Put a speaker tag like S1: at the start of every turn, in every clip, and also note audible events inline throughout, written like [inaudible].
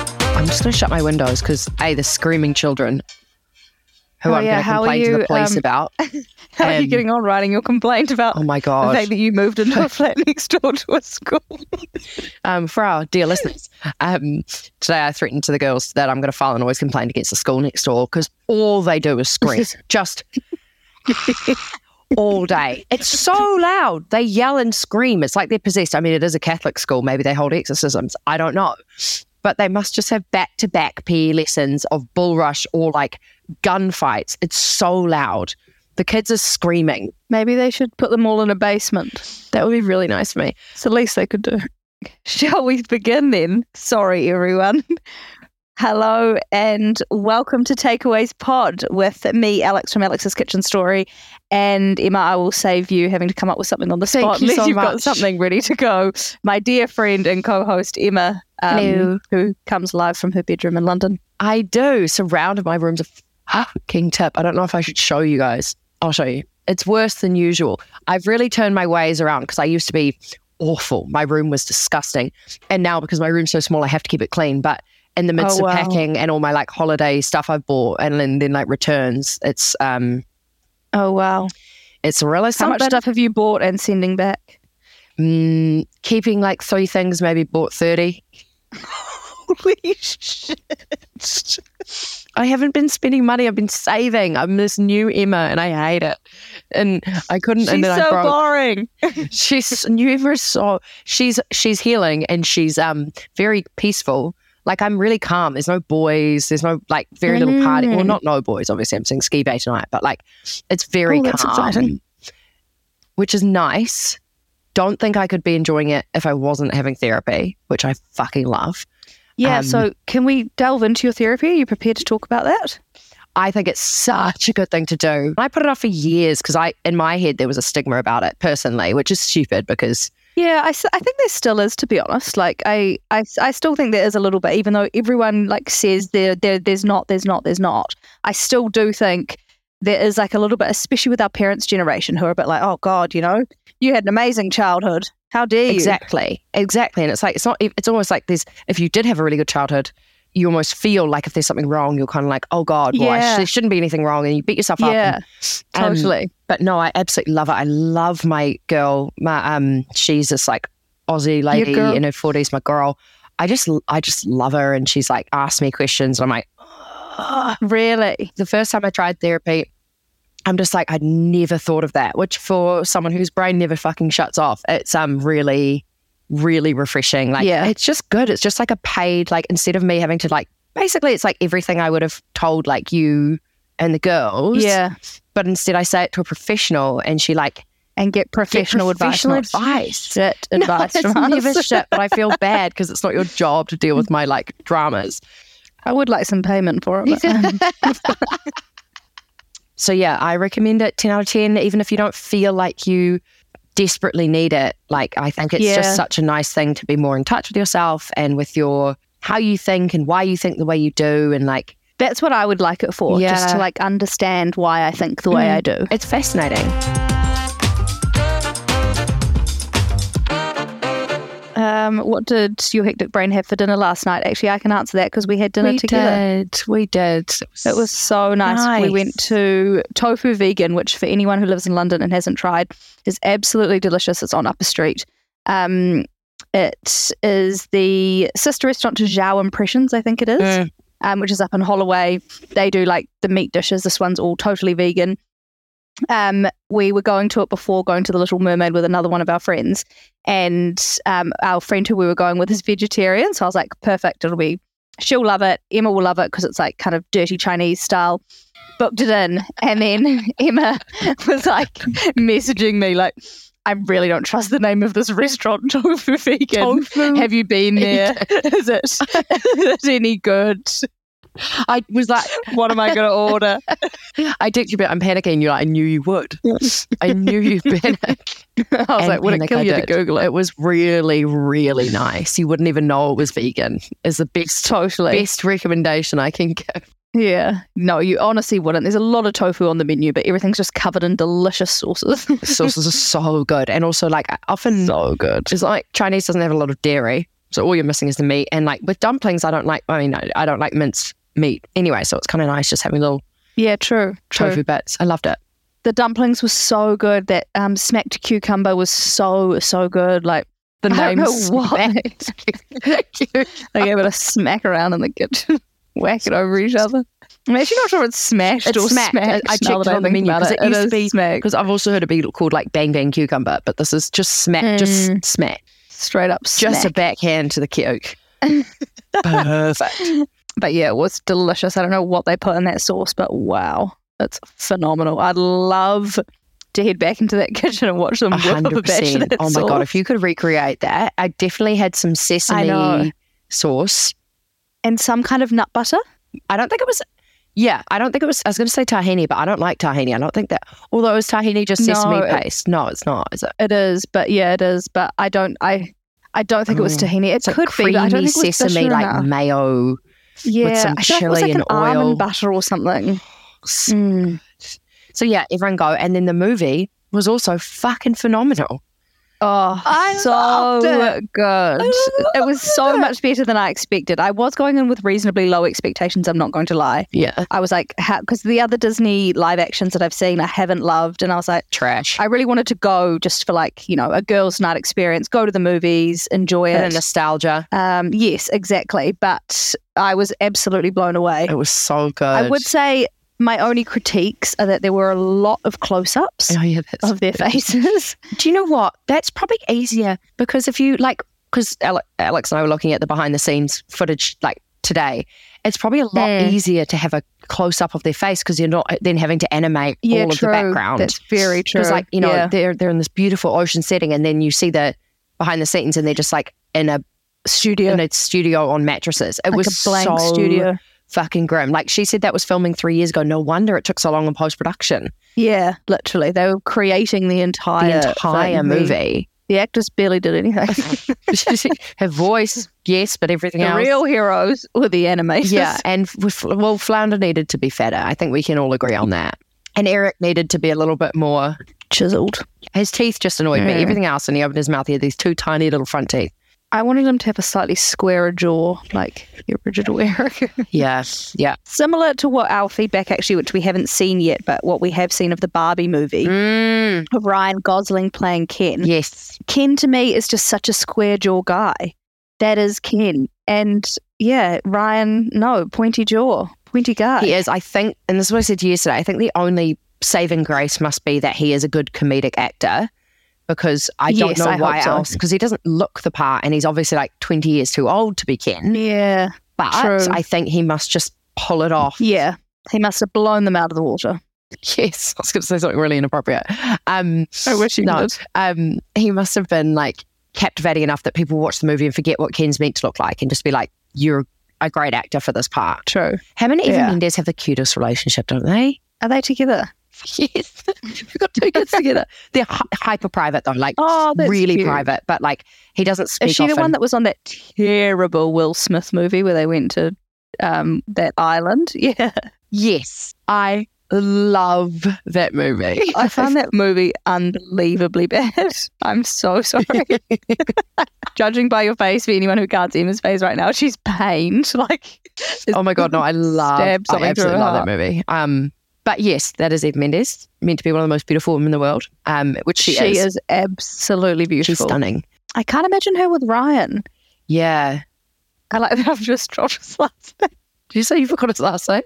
S1: going to shut my windows because a the screaming children who
S2: Oh,
S1: I'm
S2: yeah,
S1: going to
S2: how are
S1: complain to
S2: you,
S1: the police
S2: um,
S1: about.
S2: How are you
S1: Um,
S2: getting on writing your complaint about
S1: Oh
S2: [laughs]
S1: my
S2: the
S1: god!
S2: fact that you moved into a flat next door [laughs] to a school?
S1: Um, for our dear listeners, um, today I threatened to the girls that I'm going to file a noise complaint against the school next door because all they do is scream, just all day. It's so loud. They yell and scream. It's like they're possessed. I mean, it is a Catholic school. Maybe they hold exorcisms. I don't know. But they must just have back to back PE lessons of bull rush or like gunfights. It's so loud. The kids are screaming.
S2: Maybe they should put them all in a basement.
S1: That would be really nice for me.
S2: It's the least they could do. Shall we begin then? Sorry, everyone. Hello and welcome to Takeaways Pod with me, Alex from Alex's Kitchen Story, and Emma. I will save you having to come up with something on the
S1: Thank
S2: spot
S1: you
S2: unless
S1: so
S2: you've got
S1: much.
S2: something ready to go. My dear friend and co-host Emma, um,
S1: Hello.
S2: who comes live from her bedroom in London.
S1: I do. Surrounded my rooms of fucking tip. I don't know if I should show you guys. I'll show you. It's worse than usual. I've really turned my ways around because I used to be awful. My room was disgusting. And now because my room's so small, I have to keep it clean. But in the midst
S2: Oh, wow.
S1: of packing and all my like holiday stuff I've bought and then, then like returns, it's um
S2: Oh wow!
S1: it's really
S2: How much
S1: something.
S2: stuff have you bought and sending back? [laughs]
S1: Mm, keeping like three things, maybe bought 30.
S2: Holy shit!
S1: I haven't been spending money. I've been saving. I'm this new Emma and I hate it. And I couldn't.
S2: She's
S1: and then I
S2: so
S1: broke.
S2: boring.
S1: she's never saw she's she's healing and she's um very peaceful like i'm really calm there's no boys there's no like very little party well
S2: Mm.
S1: not no boys obviously i'm seeing ski bay tonight but like it's very
S2: Oh, that's
S1: calm
S2: exciting.
S1: which is nice don't think i could be enjoying it if i wasn't having therapy which i fucking love
S2: Yeah,
S1: Um,
S2: so can we delve into your therapy? Are you prepared to talk about that?
S1: I think it's such a good thing to do. I put it off for years because I, in my head, there was a stigma about it personally, which is stupid because
S2: Yeah, I, s- I think there still is, to be honest. Like, I, I, s- I still think there is a little bit, even though everyone like says there, there, there's not, there's not, there's not. I still do think there is like a little bit, especially with our parents' generation, who are a bit like, oh God, you know, you had an amazing childhood. How dare you?
S1: Exactly, exactly. And it's like it's not. e, It's almost like there's. If you did have a really good childhood, you almost feel like if there's something wrong, you're kind of like, oh god, well, I
S2: Yeah.
S1: sh- there shouldn't be anything wrong, and you beat yourself up.
S2: Yeah,
S1: and- um,
S2: totally.
S1: [gasps] but no, I absolutely love it. I love my girl. My um, she's this like Aussie lady
S2: girl.
S1: in her forties. My girl. I just, I just love her, and she's like asked me questions, and I'm like,
S2: really?
S1: the first time I tried therapy, I'm just like, I'd never thought of that, which for someone whose brain never fucking shuts off, it's um really, really refreshing. Like
S2: Yeah.
S1: it's just good. It's just like a paid, like instead of me having to like basically it's like everything I would have told like you and the girls.
S2: Yeah,
S1: But instead I say it to a professional and she like
S2: and get professional,
S1: professional
S2: advice. not
S1: advice.
S2: Shit [laughs]
S1: [laughs]
S2: advice
S1: No, it's
S2: from us.
S1: never shit, but I feel bad because it's not your job to deal with my like dramas.
S2: I would like some payment for
S1: [laughs]
S2: it. but, um,
S1: So yeah, I recommend it 10 out of 10 even if you don't feel like you desperately need it. Like I think it's
S2: Yeah.
S1: just such a nice thing to be more in touch with yourself and with your how you think and why you think the way you do and like
S2: That's what I would like it for, just to
S1: Yeah.
S2: like understand why I think the way
S1: Mm.
S2: I do.
S1: it's fascinating.
S2: Um, what did your hectic brain have for dinner last night? Actually, I can answer that because we had dinner together.
S1: did. We did.
S2: It was so nice. We
S1: Nice.
S2: went to Tofu Vegan, which for anyone who lives in London and hasn't tried, is absolutely delicious. It's on Upper Street. Um, it is the sister restaurant to Zhao Impressions, I think it is.
S1: Mm.
S2: um, which is up in Holloway. They do like the meat dishes. This one's all totally vegan. Um, we were going to it before going to the Little Mermaid with another one of our friends, and um, our friend who we were going with is vegetarian. So I was like, perfect, it'll be. She'll love it. Emma will love it because it's like kind of dirty Chinese style. Booked it in, and then [laughs] Emma was like messaging me like, "I really don't trust the name of this restaurant, [laughs] Tofu Vegan." Have you been there? Is it, [laughs] is it any good?
S1: I was like [gasps]
S2: What am I going to order?
S1: I did you but I'm panicking. You're like, I knew you would. I knew
S2: [laughs]
S1: you'd panic.
S2: [laughs] I was
S1: And
S2: like, would it
S1: panic
S2: kill
S1: I
S2: you to
S1: did.
S2: Google it?
S1: It was really, really nice. You wouldn't even know it was vegan. Is the best
S2: Totally.
S1: best recommendation I can [laughs] give.
S2: Yeah. No, you honestly wouldn't. There's a lot of tofu on the menu, but everything's just covered in delicious sauces. [laughs]
S1: The sauces are so good. And also, like, I often,
S2: so good.
S1: it's like Chinese doesn't have a lot of dairy. So all you're missing is the meat. And like with dumplings, I don't like. I mean, I, I don't like minced meat anyway. So it's kind of nice just having little
S2: Yeah, true. True.
S1: tofu bits. I loved it.
S2: The dumplings were so good. That um, smacked cucumber was so so good. Like the
S1: I
S2: name
S1: don't know
S2: smack. [laughs] they gave it a smack around in the kitchen, [laughs] whack it over each other. I'm actually not sure if it's smashed
S1: It's
S2: or
S1: smacked.
S2: smashed.
S1: I- I
S2: now
S1: checked
S2: that
S1: it on the
S2: think
S1: menu
S2: about
S1: 'cause it used to
S2: is
S1: be-
S2: smacked
S1: Because I've also heard it be called like bang bang cucumber, but this is just smack, just smack,
S2: straight up.
S1: Hmm. just a
S2: smack.
S1: backhand to the [laughs] coke. Perfect.
S2: but yeah, it was delicious. I don't know what they put in that sauce, but wow, that's phenomenal. I'd love to head back into that [laughs] kitchen and watch them
S1: A
S2: whip up a
S1: hundred
S2: batch of
S1: percent.
S2: that
S1: Oh my
S2: sauce.
S1: god, if you could recreate that, I definitely had some
S2: know.
S1: sesame sauce.
S2: and some kind of nut butter.
S1: I don't think it was. Yeah, I don't think it was. I was going to say tahini, but I don't like tahini. I don't think that. Although is tahini just
S2: No,
S1: sesame
S2: it-
S1: paste? No, it's not. Is it?
S2: It is, but yeah, it is. But I don't. I I don't think it was
S1: Oh,
S2: tahini. It
S1: It's like
S2: could be. But I don't
S1: creamy
S2: think it was
S1: sesame,
S2: bitter
S1: like
S2: enough.
S1: mayo.
S2: yeah,
S1: some
S2: I feel like it was
S1: chili
S2: like an
S1: and oil.
S2: almond butter or something. Mm.
S1: So yeah, everyone go. And then the movie was also fucking phenomenal.
S2: Oh,
S1: I
S2: so
S1: loved
S2: good.
S1: I
S2: It was so
S1: loved it.
S2: much better than I expected. I was going in with reasonably low expectations. I'm not going to lie.
S1: Yeah,
S2: I was like, because the other Disney live actions that I've seen, I haven't loved, and I was like,
S1: trash.
S2: I really wanted to go just for like you know a girls' night experience, go to the movies, enjoy
S1: and the
S2: it.
S1: nostalgia.
S2: Um, yes, exactly. But I was absolutely blown away.
S1: It was so good.
S2: I would say my only critiques are that there were a lot of close-ups
S1: Oh, yeah, that's
S2: of their faces. [laughs]
S1: Do you know what? That's probably easier because if you like, because Alex and I were looking at the behind the scenes footage like today, it's probably a lot
S2: Mm.
S1: easier to have a close up of their face because you're not then having to animate
S2: yeah,
S1: all of
S2: true.
S1: the background.
S2: That's very true.
S1: Because like you know
S2: Yeah.
S1: they're they're in this beautiful ocean setting, and then you see the behind the scenes, and they're just like in a
S2: studio.
S1: in a studio on mattresses. It
S2: like
S1: was
S2: a blank
S1: so
S2: studio.
S1: fucking grim. Like she said, that was filming three years ago. No wonder it took so long in post production.
S2: Yeah, literally, they were creating the
S1: The
S2: entire
S1: entire
S2: thing. The-
S1: movie.
S2: The actors barely did anything.
S1: [laughs] Her voice, yes, but everything
S2: the
S1: else.
S2: real heroes were the animators.
S1: Yeah, and with, well, Flounder needed to be fatter. I think we can all agree on that. And Eric needed to be a little bit more.
S2: chiseled.
S1: His teeth just annoyed me.
S2: Mm.
S1: Everything else, and he opened his mouth. He had these two tiny little front
S2: [laughs]
S1: teeth.
S2: I wanted him to have a slightly squarer jaw, like your original [laughs] Eric.
S1: Yeah, yeah.
S2: Similar to what our feedback actually, which we haven't seen yet, but what we have seen of the Barbie movie
S1: Mm,
S2: of Ryan Gosling playing Ken.
S1: yes,
S2: Ken to me is just such a square jaw guy. That is Ken. And yeah, Ryan, no, pointy jaw, pointy guy.
S1: he is. I think, and this is what I said to you yesterday. I think the only saving grace must be that he is a good comedic actor, because I don't
S2: Yes,
S1: know
S2: I hope
S1: why
S2: so.
S1: else. Because he doesn't look the part, and he's obviously like twenty years too old to be Ken.
S2: Yeah.
S1: But
S2: True.
S1: I think he must just pull it off.
S2: Yeah. He must have blown them out of the water.
S1: [laughs] Yes, I was going to say something really inappropriate. Um, no, Um, he must have been like captivating enough that people watch the movie and forget what Ken's meant to look like and just be like, "You're a great actor for this part."
S2: True.
S1: Him and Eva
S2: Yeah.
S1: Mendes have the cutest relationship, don't they? [laughs]
S2: Are they together?
S1: Yes, we've got two kids together. They're hy- hyper private though, like
S2: Oh, that's
S1: really
S2: cute.
S1: private. But like, he doesn't speak.
S2: Is she the
S1: often.
S2: one that was on that terrible Will Smith movie where they went to um, that island? [laughs] Yeah.
S1: Yes, I love that
S2: [laughs]
S1: movie.
S2: I found that movie unbelievably bad. [laughs] I'm
S1: [laughs]
S2: so sorry. Judging by your face, for anyone who can't see Emma's face right now, she's pained. [laughs] Like,
S1: Oh my
S2: [laughs]
S1: god, no, I love I
S2: Stab something through
S1: absolutely
S2: her
S1: love that movie. Um but yes, that is Eve Mendes, meant to be one of the most beautiful women in the world. Um, which she,
S2: is. absolutely
S1: She's
S2: beautiful.
S1: stunning.
S2: I can't imagine her with Ryan.
S1: Yeah.
S2: I like that I've just dropped [laughs] his last name.
S1: Did you say you forgot his last name?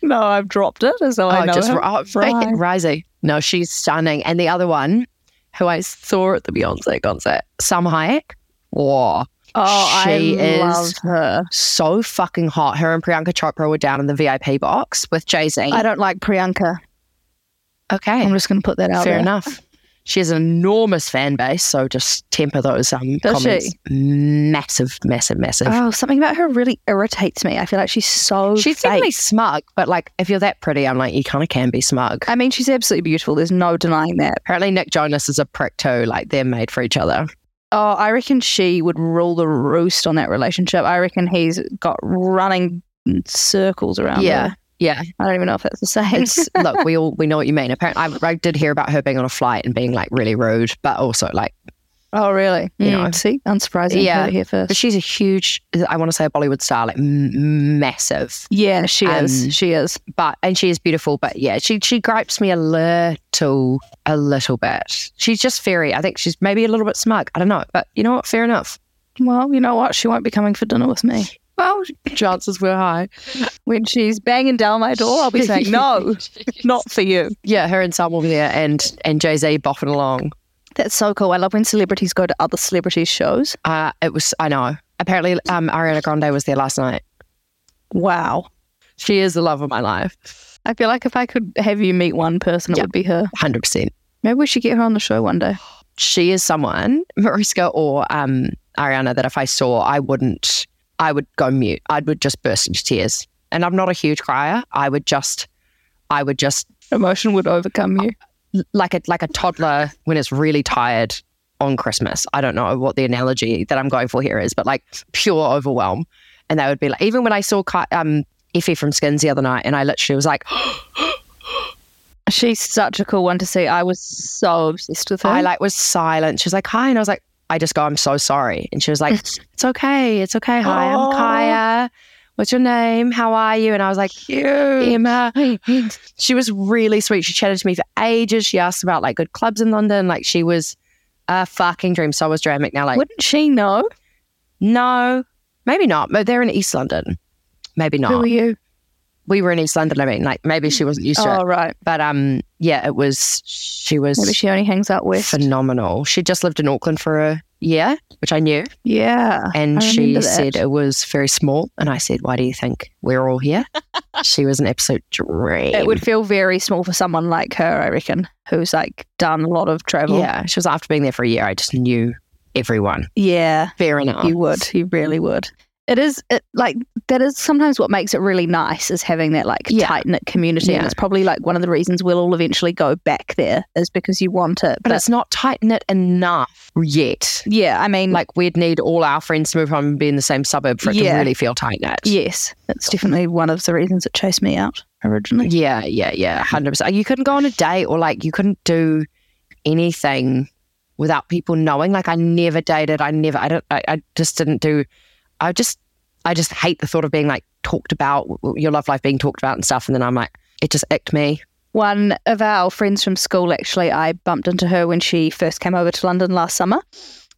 S2: No, I've dropped it as though I know
S1: just
S2: him.
S1: oh,
S2: Right.
S1: Risey. No, she's stunning. And the other one, who I saw at the Beyonce concert, Sam Hayek. Whoa.
S2: Oh,
S1: She
S2: I
S1: is-
S2: love her.
S1: So fucking hot. Her and Priyanka Chopra were down in the VIP box with Jay Z.
S2: I don't like Priyanka.
S1: Okay.
S2: I'm just going to put that out
S1: Fair
S2: there.
S1: enough. She has an enormous fan base, so just temper those um,
S2: Does
S1: comments. Massive, massive, massive.
S2: Oh, something about her really irritates me. I feel like she's so.
S1: She's
S2: Oh, fake.
S1: definitely smug, but like if you're that pretty, I'm like you kind of can be smug.
S2: I mean, she's absolutely beautiful. There's no denying that.
S1: Apparently, Nick Jonas is a prick too. Like they're made for each other.
S2: Oh, I reckon she would rule the roost on that relationship. I reckon he's got running circles around.
S1: Yeah.
S2: her.
S1: Yeah,
S2: I don't even know if that's the same.
S1: it's look. We all we know what you mean. Apparently, I, I did hear about her being on a flight and being like really rude, but also like
S2: [laughs] Oh, really?
S1: You know.
S2: see, unsurprising.
S1: Yeah.
S2: Yeah, here
S1: But
S2: first.
S1: she's a huge, I want to say a Bollywood star, like m- massive.
S2: Yeah, she
S1: Um,
S2: is. She is.
S1: But, and she is beautiful, but yeah, she, she gripes me a little, a little bit. She's just very, I think she's maybe a little bit smug. I don't know, but you know what? Fair enough.
S2: Well, you know what? She won't be coming for dinner with me.
S1: Well, [laughs] chances were high.
S2: When she's banging down my door, I'll be saying, [laughs] no, not for you.
S1: Yeah, her and Sam will be there and, and Jay Z bopping along.
S2: That's so cool. I love when celebrities go to other celebrities' shows.
S1: Uh, it was, I know. Apparently, um, Ariana Grande was there last night.
S2: Wow.
S1: She is the love of my life.
S2: I feel like if I could have you meet one person, it
S1: Yeah.
S2: would be her.
S1: 100%.
S2: Maybe we should get her on the show one day.
S1: She is someone, Mariska or um, Ariana, that if I saw, I wouldn't, I would go mute. I would just burst into tears. And I'm not a huge crier. I would just, I would just,
S2: Emotion would overcome you.
S1: like a, like a toddler when it's really tired on Christmas. I don't know what the analogy that I'm going for here is, but like pure overwhelm. And that would be like, even when I saw Ki- um, Effie from Skins the other night, and I literally was like,
S2: She's such a cool one to see. I was so obsessed with her. [laughs]
S1: I like was silent. She was like, "Hi," and I was like, "I just go, I'm so sorry." And she was like, "It's okay, it's okay. Hi,
S2: Aw.
S1: I'm Kaya. What's your name? How are you?" And I was like,
S2: you.
S1: "Emma." She was really sweet. She chatted to me for ages. She asked about like good clubs in London. Like she was a fucking dream. So was Joanne McNally.
S2: Wouldn't she know?
S1: No, maybe not. But they're in East London. Maybe
S2: Who are
S1: not.
S2: you?
S1: We were in East London. I mean, like maybe she wasn't used to
S2: Oh,
S1: it.
S2: right.
S1: But um, yeah, it was. She was
S2: Maybe she only hangs out west.
S1: phenomenal. She just lived in Auckland for a year, which I knew,
S2: yeah.
S1: and
S2: I
S1: she
S2: remember that.
S1: said it was very small. And I said, "Why do you think we're all
S2: [laughs]
S1: here?" she was an absolute dream.
S2: It would feel very small for someone like her, I reckon, who's like done a lot of travel.
S1: yeah. She was after being there for a year. I just knew everyone.
S2: Yeah.
S1: Fair enough.
S2: You would. You really would. It is it, like that is sometimes what makes it really nice is having that like
S1: Yeah.
S2: tight knit community,
S1: Yeah.
S2: and it's probably like one of the reasons we'll all eventually go back there is because you want it.
S1: but it's not tight knit enough yet.
S2: yeah, I mean, like
S1: Like we'd need all our friends to move home and be in the same suburb for it to
S2: Yeah.
S1: really feel tight knit.
S2: yes, that's definitely one of the reasons it chased me out originally.
S1: Yeah, yeah, yeah, hundred percent. You couldn't go on a date or like you couldn't do anything without people knowing. Like I never dated. I never. I don't. I, I just didn't do. I just. I just hate the thought of being like talked about your love life being talked about and stuff. And then I'm like, it just icked me.
S2: One of our friends from school, actually, I bumped into her when she first came over to London last summer.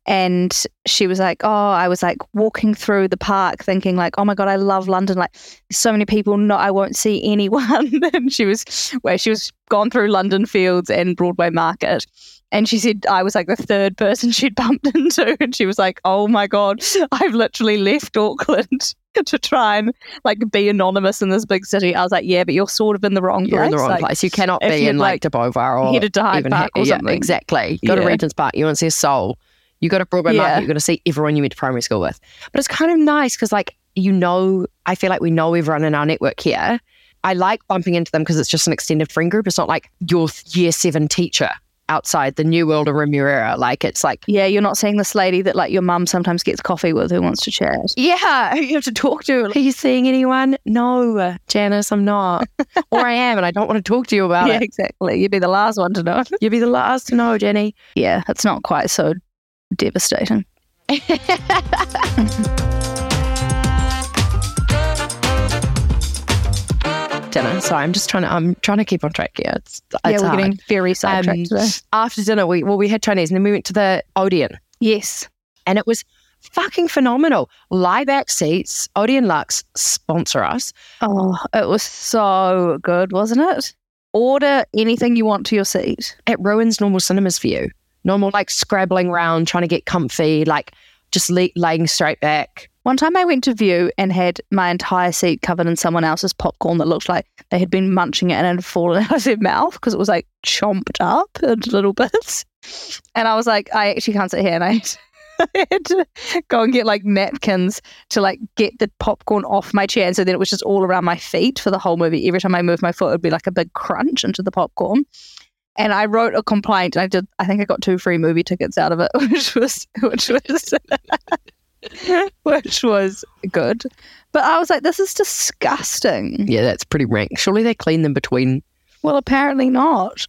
S2: And she was like, Oh, I was like walking through the park thinking, like, oh my God, I love London. Like so many people, no, I won't see [laughs] anyone. and she was where she was gone through London Fields and Broadway Market. And she said I was like the third person [laughs] she'd bumped into. And she was like, Oh my God, [laughs] I've literally left Auckland [laughs] to try and like be anonymous in this big city. I was like, Yeah, but you're sort of in the wrong
S1: You're
S2: place.
S1: in the wrong
S2: Like,
S1: place. You cannot
S2: if
S1: be
S2: you'd,
S1: in like, De Beauvoir or
S2: headed to Hyde
S1: even
S2: Park or
S1: yeah,
S2: something.
S1: Exactly. You go to
S2: Yeah.
S1: Regent's Park, you want to see a soul. You go to Broadway
S2: Yeah.
S1: Market, you're going to see everyone you went to primary school with. But it's kind of nice because, like, you know, I feel like we know everyone in our network here. I like bumping into them because it's just an extended friend group. It's not like your th- year seven teacher outside the New World or Remuera. Like, it's like,
S2: Yeah, you're not seeing this lady that like your mum sometimes gets coffee with who wants to chat. [laughs]
S1: yeah, you have to talk to. Are you seeing anyone? No, Janice, I'm
S2: [laughs]
S1: not. or I am, and I don't want to talk to you about
S2: yeah,
S1: it.
S2: exactly. You'd be the last one to know. [laughs]
S1: You'll be the last to know, Jenny.
S2: Yeah, it's not quite so devastating.
S1: dinner. Sorry, I'm just trying to. I'm trying to keep on track here. It's,
S2: yeah,
S1: it's
S2: we're
S1: hard.
S2: getting very sidetracked
S1: Um,
S2: today.
S1: After dinner, we well, we had Chinese, and then we went to the Odeon,
S2: Yes.
S1: and it was fucking phenomenal. Lie back seats. Odeon Lux sponsor us.
S2: Oh, it was so good, wasn't it? Order anything you want to your seat.
S1: It ruins normal cinemas for you. Normal like scrabbling around, trying to get comfy, like just le- laying straight back.
S2: One time I went to view and had my entire seat covered in someone else's popcorn that looked like they had been munching it and it had fallen [laughs] out of their mouth because it was like chomped up into little bits. And I was like, I actually can't sit here. And I [laughs] had, I had to go and get like napkins to like get the popcorn off my chair. And so then it was just all around my feet for the whole movie. Every time I moved my foot, it would be like a big crunch into the popcorn. And I wrote a complaint. I did. I think I got two free movie tickets out of it, [laughs] which was which was [laughs] which was good. But I was like, this is disgusting.
S1: Yeah, that's pretty rank. Surely they clean them between
S2: Well, apparently not.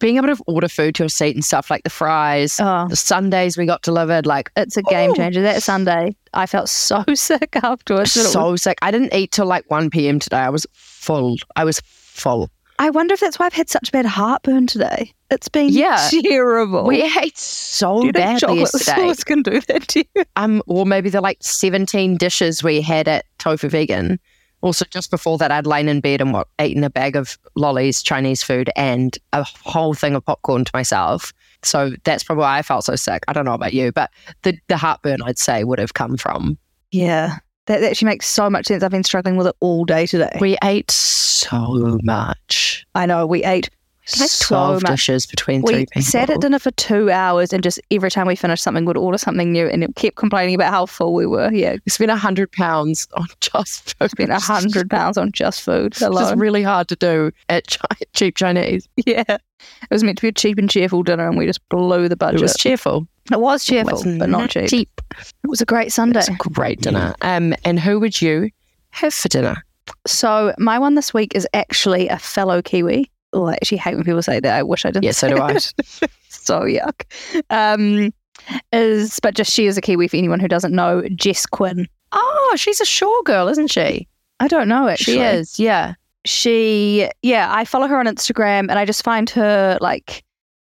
S1: being able to order food to a seat and stuff like the fries,
S2: Oh,
S1: the Sundays we got delivered, like
S2: it's a game
S1: Ooh.
S2: changer. That Sunday, I felt so [laughs] sick afterwards. that it was-
S1: so sick. I didn't eat till like 1 p.m. today. I was full. I was full.
S2: I wonder if that's why I've had such bad heartburn today. It's been
S1: Yeah.
S2: terrible.
S1: We ate so
S2: Oh. Do you think
S1: badly
S2: chocolate [laughs]
S1: yesterday.
S2: sauce can do that to you?
S1: Um, or maybe the like 17 dishes we had at Tofu Vegan. Also, just before that, I'd lain in bed and what, eaten a bag of lollies, Chinese food, and a whole thing of popcorn to myself. So that's probably why I felt so sick. I don't know about you, but the, the heartburn, I'd say, would have come from.
S2: Yeah, that that actually makes so much sense. I've been struggling with it all day today.
S1: We ate so much.
S2: I know we ate. That's so
S1: 12
S2: much.
S1: dishes between three
S2: We
S1: people.
S2: sat at dinner for two hours, and just every time we finished something, we'd order something new, and it kept complaining about how full we were. Yeah,
S1: We spent hundred pounds on [laughs] just food.
S2: spent a hundred pounds on just food
S1: It's just
S2: alone.
S1: really hard to do at chi- cheap Chinese.
S2: [laughs] yeah, it was meant to be a cheap and cheerful dinner, and we just blew the budget.
S1: It was cheerful,
S2: It was cheerful,
S1: It was
S2: but not cheap.
S1: Cheap.
S2: It was a great Sunday.
S1: It's a great dinner. Um, and who would you have for dinner?
S2: So my one this week is actually a fellow Kiwi. Oh, I actually hate when people say that. I wish I didn't.
S1: Yeah, so do [laughs] I.
S2: [laughs] so yuck. Um, is but just she is a Kiwi for anyone who doesn't know. Jess Quinn.
S1: oh, she's a Shaw girl, isn't she?
S2: I don't know actually.
S1: She is. Yeah.
S2: She yeah. I follow her on Instagram and I just find her like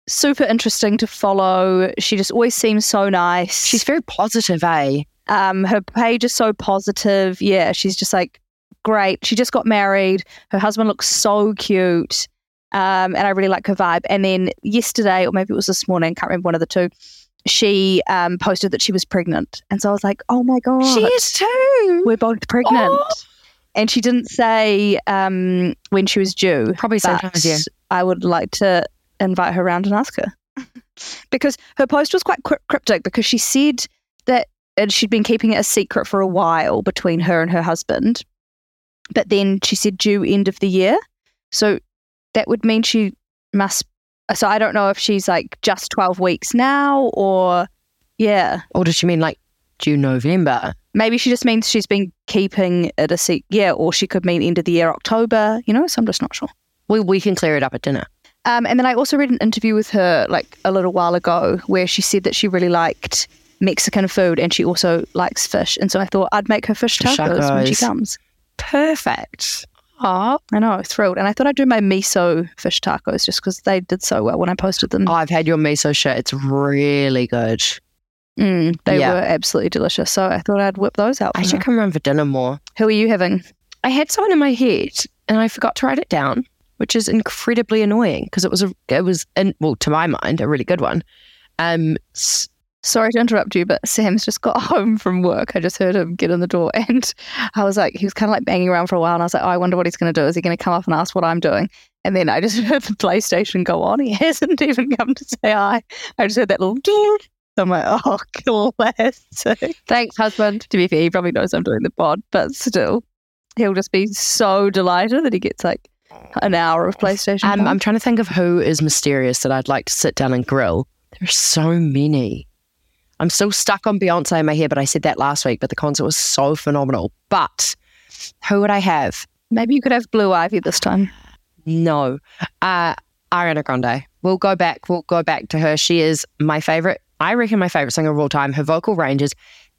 S2: super interesting to follow. She just always seems so nice.
S1: She's very positive, eh?
S2: um her page is so positive yeah she's just like great she just got married her husband looks so cute um and i really like her vibe and then yesterday or maybe it was this morning can't remember one of the two she um posted that she was pregnant and so i was like oh my god
S1: too.
S2: we're both pregnant
S1: Oh.
S2: and she didn't say um when she was due
S1: Probably sometimes,
S2: but
S1: yeah.
S2: I would like to invite her around and
S1: [laughs]
S2: ask her because her post was quite cry- cryptic because she said that and she'd been keeping it a secret for a while between her and her husband, but then she said due end of the year, so that would mean she must. So I don't know if she's like just twelve weeks now or yeah.
S1: Or does she mean like June, November?
S2: Maybe she just means she's been keeping it a secret, yeah, or she could mean end of the year, October, you know, so I'm just not sure.
S1: We, we can clear it up at dinner.
S2: Um, and then I also read an interview with her like a little while ago where she said that she really liked Mexican food and she also likes fish. And so I thought I'd make her fish
S1: Fish
S2: tacos when she
S1: tacos.
S2: comes.
S1: Perfect.
S2: Oh, I know, thrilled. And I thought I'd do my miso fish tacos just because they did so well when I posted them.
S1: I've had your miso shit. It's really good.
S2: Mm, they
S1: Yeah.
S2: were absolutely delicious. So I thought I'd whip those out.
S1: I
S2: for
S1: should
S2: her.
S1: come around for dinner more.
S2: Who are you having?
S1: I had someone in my head and I forgot to write it down, which is incredibly annoying because it was a it was in, well to my mind a really good one. Um, s-
S2: Sorry to interrupt you, but Sam's just got [laughs] home from work. I just heard him get in the door, and I was like, he was kind of like banging around for a while, and I was like, oh, I wonder what he's going to do. Is he going to come up and ask what I'm doing? And then I just [laughs] heard the PlayStation go on. He [laughs] hasn't even come to say hi. I just heard that little. ding. I'm like, oh, classic.
S1: thanks, husband.
S2: To be fair, he probably knows I'm doing the pod, but still, he'll just be so delighted that he gets like an hour of PlayStation.
S1: Um,
S2: time.
S1: I'm trying to think of who is mysterious that I'd like to sit down and grill. There's so many. I'm still stuck on Beyonce in my head, but I said that last week. But the concert was so phenomenal. But who would I have?
S2: Maybe you could have Blue Ivy this time.
S1: No, uh, Ariana Grande. We'll go back. We'll go back to her. She is my favorite. I reckon my favorite singer of all time. Her vocal range is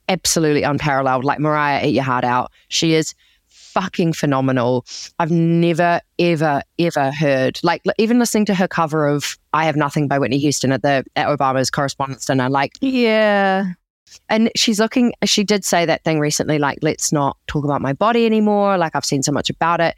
S1: absolutely unparalleled. Like Mariah, eat your heart out. She is fucking phenomenal. I've never, ever, ever heard like li- even listening to her cover of "I Have Nothing" by Whitney Houston at the at Obama's Correspondents' Dinner. Like
S2: Yeah.
S1: and she's looking she did say that thing recently like let's not talk about my body anymore like i've seen so much about it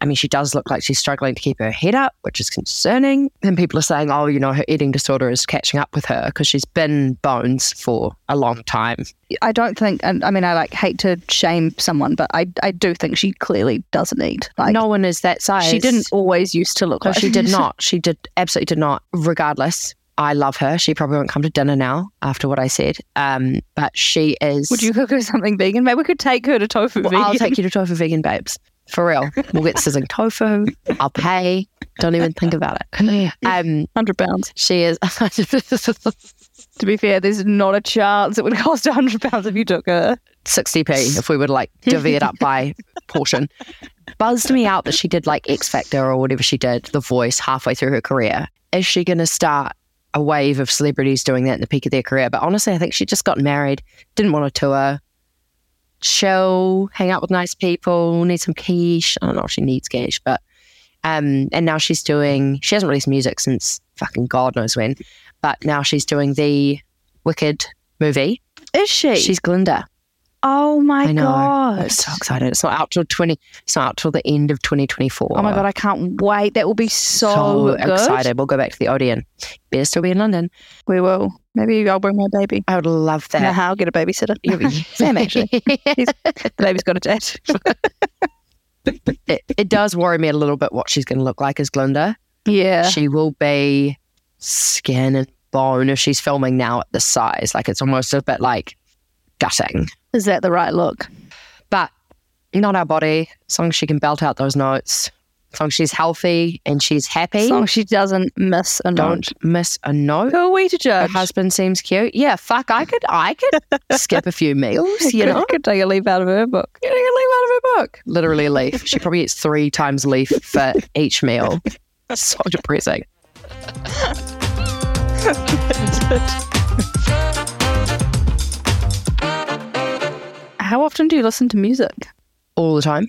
S1: i mean she does look like she's struggling to keep her head up which is concerning and people are saying oh you know her eating disorder is catching up with her because she's been bones for a long time
S2: I don't think, and I mean, I like hate to shame someone, but I I do think she clearly doesn't eat. Like,
S1: no one is that size
S2: she didn't always used to look
S1: no,
S2: like
S1: she
S2: [laughs]
S1: did not she did absolutely did not regardless i love her she probably won't come to dinner now after what i said um but she is
S2: Would you cook her something vegan? Maybe we could take her to tofu
S1: Well,
S2: vegan.
S1: I'll
S2: [laughs]
S1: take you to tofu vegan babes. For real. We'll get sizzling tofu. I'll pay. Don't even think about it. Um,
S2: hundred pounds.
S1: she is [laughs]
S2: To be fair, there's not a chance it would [laughs] cost hundred pounds if you took her.
S1: 60p if we were to like divvy it up by portion. Buzzed me out that she did like X Factor or whatever she did, The Voice, halfway through her career. is she going to start a wave of celebrities doing that in the peak of their career? But honestly, I think she just got married, didn't want a tour. She'll hang out with nice people, need some quiche. I don't know if she needs quiche, but um, and now she's doing. She hasn't released music since fucking God knows when, but now she's doing the Wicked movie.
S2: Is she?
S1: She's Glinda.
S2: oh my
S1: I know. I'm
S2: god.
S1: so excited. It's not out till twenty. It's not out till the end of 2024.
S2: Oh my god, I can't wait. That will be so, good.
S1: excited. We'll go back to the Odeon. Better still be in London.
S2: We will. Maybe I'll bring my baby.
S1: I would love that.
S2: Nah, I'll get a babysitter.
S1: [laughs] You'll
S2: [laughs]
S1: be- [laughs]
S2: Sam actually. He's, the baby's got a dad.
S1: It, it does worry me a little bit what she's going to look like as Glinda.
S2: [laughs] yeah.
S1: She will be skin and bone if she's filming now at this size. Like it's almost a bit like gutting.
S2: Is that the right look?
S1: But not our body. As long as she can belt out those notes, as long as she's healthy and she's happy,
S2: As long as she doesn't miss a note.
S1: don't miss a note.
S2: Who are we to
S1: Her
S2: judge?
S1: husband seems cute. Yeah, fuck, I could, I
S2: [laughs]
S1: could skip a few meals. You
S2: Could-
S1: know,
S2: Could take a leaf out of her book.
S1: Getting a leaf out of her book. Literally a leaf. She probably eats three times leaf for each
S2: [laughs]
S1: meal. That's so depressing.
S2: [laughs] How often do you listen to music?
S1: All the time.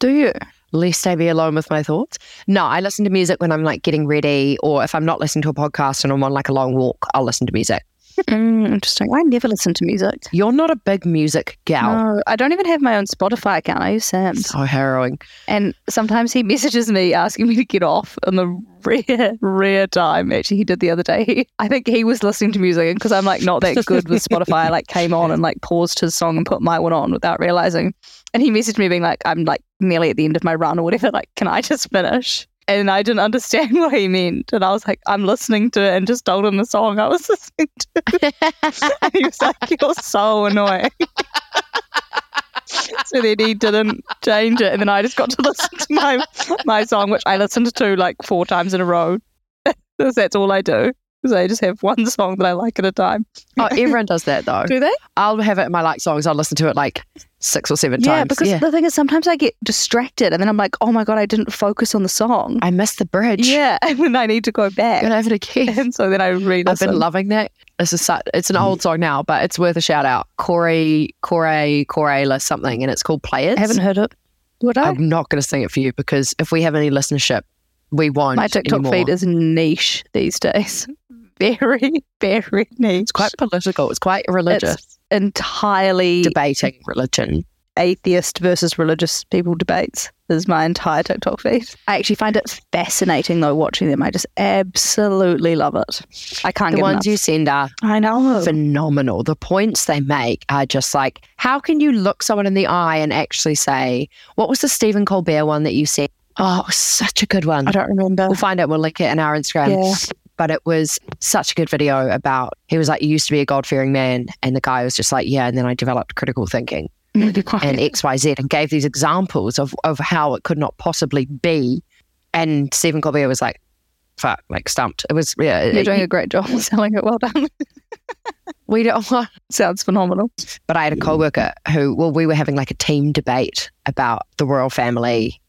S2: Do you?
S1: Lest I be alone with my thoughts. No, I listen to music when I'm like getting ready, or if I'm not listening to a podcast and I'm on like a long walk, I'll listen to music.
S2: Mm, interesting. I never listen to music.
S1: You're not a big music gal.
S2: No, I don't even have my own Spotify account. I use Sam's.
S1: So harrowing.
S2: And sometimes he messages me asking me to get off in the rare, rare time. Actually, he did the other day. [laughs] He, I think he was listening to music because I'm like not that good with Spotify. I like came on and like paused his song and put my one on without realizing. And he messaged me being like, I'm like nearly at the end of my run or whatever. Like, can I just finish? And I didn't understand [laughs] what he meant. And I was like, I'm listening to it and just told him the song I was [laughs] listening to. [laughs] and he was like, You're so annoying. so then he didn't change it, and then I just got to listen to my my song, which I listened to like four times in a row. [laughs] 'Cause That's all I do. Because I just have one song that I like at a time. [laughs]
S1: Oh, everyone does that though.
S2: Do they?
S1: I'll have it in my like songs. I'll listen to it like six or seven
S2: Yeah,
S1: times.
S2: because the thing is, sometimes I get distracted, and then I'm like, oh my god, I didn't focus on the song.
S1: I missed the bridge.
S2: Yeah, [laughs] and then I need to go back.
S1: Gonna have it again.
S2: [laughs] And so then I read.
S1: I've been loving that. This is su it's an
S2: Mm.
S1: old song now, but it's worth a shout out. Corey, Corey, Corella something, and it's called Players.
S2: I haven't heard it. Would I?
S1: I'm not going to sing it for you because if we have any listenership, we won't.
S2: my TikTok
S1: anymore.
S2: feed is niche these days. [laughs] Very, very niche.
S1: It's quite political. It's quite religious.
S2: It's entirely
S1: debating religion.
S2: atheist versus religious people debates is my entire TikTok feed. I actually find it fascinating though watching them. I just absolutely love it. I can't
S1: The
S2: get Oh.
S1: ones
S2: enough.
S1: you send are
S2: I know.
S1: phenomenal. The points they make are just like, how can you look someone in the eye and actually say, what was the Stephen Colbert one that you said? Oh, it was such a good one.
S2: I don't remember. [laughs]
S1: We'll find out. We'll link it in our Instagram.
S2: Yeah.
S1: But it was such a good video about he was like, You used to be a God fearing man. And the guy was just like, Yeah. And then I developed critical thinking and XYZ and gave these examples of, of how it could not possibly be. And Stephen Colbert was like, Fuck, like stumped. It was, yeah.
S2: You're
S1: it-
S2: doing a great job selling it. Well done. [laughs]
S1: we [laughs] oh, don't want
S2: Sounds phenomenal.
S1: But I had a coworker who, well, we were having like a team debate about the royal family,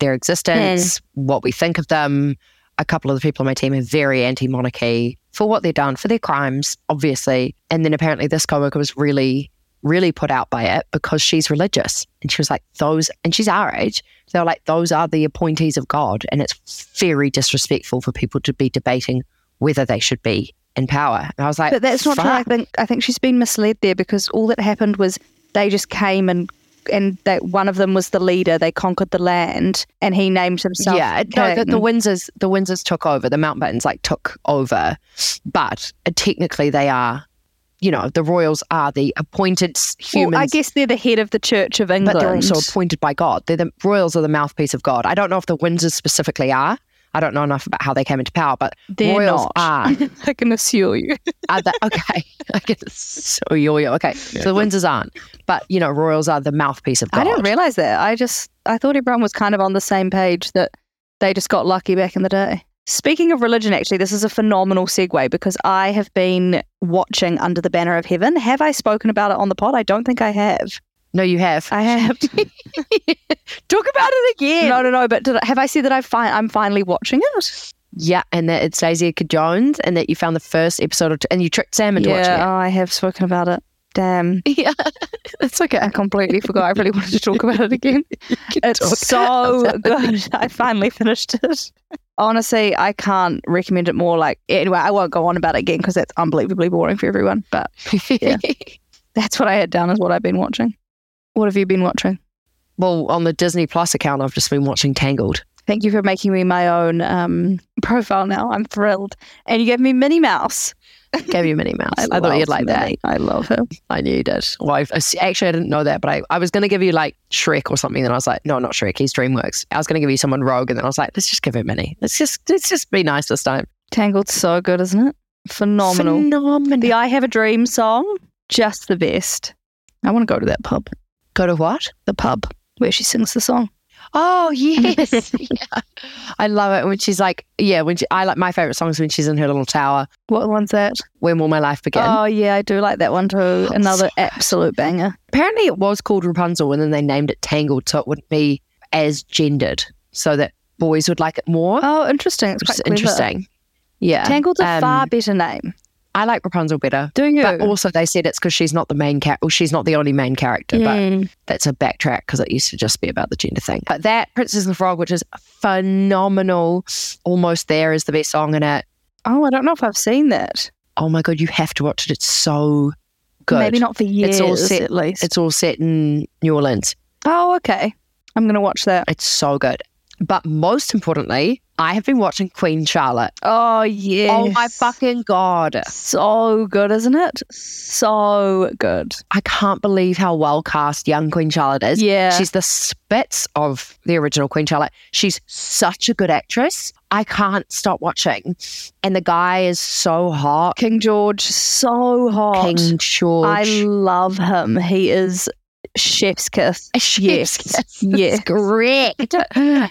S1: their existence,
S2: Hmm.
S1: what we think of them. A couple of the people on my team are very anti monarchy for what they've done, for their crimes, obviously. And then apparently this coworker was really, really put out by it because she's religious. And she was like, those, and she's our age. They were like, those are the appointees of God. And it's very disrespectful for people to be debating whether they should be in power. And I was like,
S2: But that's not true. I
S1: fuck.
S2: think I think she's been misled there because all that happened was they just came and and that one of them was the leader. They conquered the land and he named himself.
S1: Yeah, no, the,
S2: king.
S1: the Windsors, the Windsors took over. The Mountbattens like took over, but uh, technically they are, you know, the royals are the appointed s- humans.
S2: Well, I guess they're the head of the Church of England.
S1: but they're also appointed by God. They're the royals are the mouthpiece of God. I don't know if the Windsors specifically are. I don't know enough about how they came into power, but
S2: They're
S1: royals
S2: not. [laughs]
S1: are.
S2: I can assure you.
S1: are they, okay, [laughs] I guess so. Yo, yo, okay. So the Windsors aren't, but you know, royals are the mouthpiece of God.
S2: I didn't realize that. I just I thought everyone was kind of on the same page that they just got lucky back in the day. Speaking of religion, actually, this is a phenomenal segue because I have been watching Under the Banner of Heaven. Have I spoken about it on the pod? I don't think I have.
S1: no, you have.
S2: I have.
S1: Talk about it again.
S2: no, no, no. But did I, have I said that I fi- I'm finally watching it?
S1: yeah, and that it's Daisy Edgar Jones, and that you found the first episode of, and you tricked Sam into
S2: yeah, oh, I have spoken about it. Damn.
S1: watching it. [laughs] Yeah,
S2: It's okay. I completely forgot. I really wanted to talk about it again.
S1: talk
S2: It's so [laughs] good. I finally finished it. Honestly, I can't recommend it more. Like, anyway, I won't go on about it again because that's unbelievably boring for everyone. But Yeah. that's what I had down as what I've been watching. What have you been watching?
S1: [laughs] well, on the Disney Plus account, I've just been watching Tangled.
S2: Thank you for making me my own um, [laughs] profile now. I'm thrilled. And you gave me Minnie Mouse.
S1: Gave you
S2: [laughs]
S1: Minnie Mouse. I, thought you'd like that.
S2: I love her.
S1: I knew that. Well, I, I s- actually, I didn't know that, but I, I was going to give you like Shrek or something. And I was like, no, not Shrek. He's DreamWorks. I was going to give you someone rogue. And then I was like, let's just give him Minnie. Let's just, let's just be nice this time.
S2: Tangled's so good, isn't it? Phenomenal.
S1: Phenomenal.
S2: the I Have a Dream song, just the best. I want to go to that pub,
S1: Go to what?
S2: the pub where she sings the song.
S1: Oh
S2: [laughs]
S1: yes, yeah. I love it when she's like, yeah. When she, I like my favorite songs when she's in her little tower.
S2: What one's that?
S1: When will my life begin?
S2: Oh, yeah, I do like that one too. Another
S1: Oh, so good.
S2: absolute banger.
S1: Apparently, it was called Rapunzel, and then they named it Tangled, so it wouldn't be as gendered, so that boys would like it more.
S2: Oh, interesting. It's
S1: which
S2: quite
S1: is
S2: clever.
S1: interesting. Yeah,
S2: Tangled's a
S1: Um,
S2: far better name.
S1: I like Rapunzel better.
S2: Do you?
S1: But also, they said it's because she's not the main character. Well, she's not the only main character, but
S2: Mm.
S1: that's a backtrack because it used to just be about the gender thing. But that Princess and the Frog, which is phenomenal, almost there is the best song in it.
S2: Oh, I don't know if I've seen that.
S1: Oh my god, you have to watch it. It's so good.
S2: Maybe not for years,
S1: It's all set-
S2: at least.
S1: It's all set in New Orleans.
S2: oh, okay. I'm going to watch that.
S1: It's so good. But most importantly, I have been watching Queen Charlotte.
S2: Oh, yeah.
S1: Oh my fucking god!
S2: So good, isn't it? So good.
S1: I can't believe how well cast young Queen Charlotte is.
S2: Yeah.
S1: She's the spits of the original Queen Charlotte. She's such a good actress. I can't stop watching. And the guy is so hot.
S2: King George, so hot.
S1: King George.
S2: I love him. He is chef's
S1: [laughs]
S2: kiss.
S1: [laughs] yes, yes,
S2: yes.
S1: correct.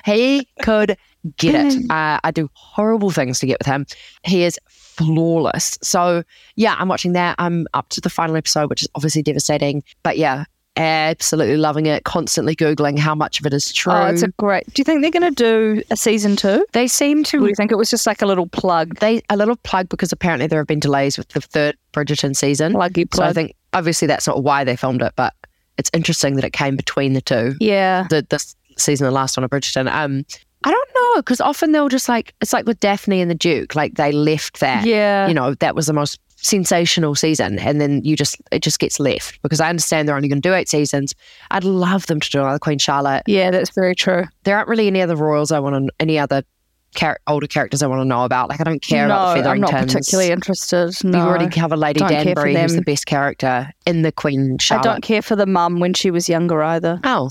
S1: he could get it.
S2: Hmm.
S1: Uh, I do horrible things to get with him. He is flawless. So yeah, I'm watching that. I'm up to the final episode, which is obviously devastating. But yeah, absolutely loving it. Constantly googling how much of it is true.
S2: Oh, it's a great. Do you think they're going to do a season two?
S1: they seem
S2: Or do
S1: to
S2: you think it was just like a little plug?
S1: they a little plug because apparently there have been delays with the third Bridgerton season.
S2: Pluggy
S1: So I
S2: plug.
S1: think obviously that's not why they filmed it, but it's interesting that it came between the two.
S2: yeah.
S1: the this season, the last one of Bridgerton. Um, I don't know because often they'll just like it's like with Daphne and the Duke, like they left that.
S2: Yeah.
S1: You know that was the most sensational season, and then you just it just gets left because I understand they're only going to do eight seasons. I'd love them to do another Queen Charlotte.
S2: yeah, that's very true.
S1: There aren't really any other royals I want to any other. Char- older characters I want to know about. Like I don't care
S2: no,
S1: about the
S2: I'm
S1: Featheringtons.
S2: not particularly interested.
S1: You
S2: No.
S1: already covered Lady
S2: Don't care for
S1: Danbury, who's
S2: them.
S1: the best character in the Queen
S2: I
S1: Charlotte.
S2: don't care for the mum when she was younger either.
S1: Oh,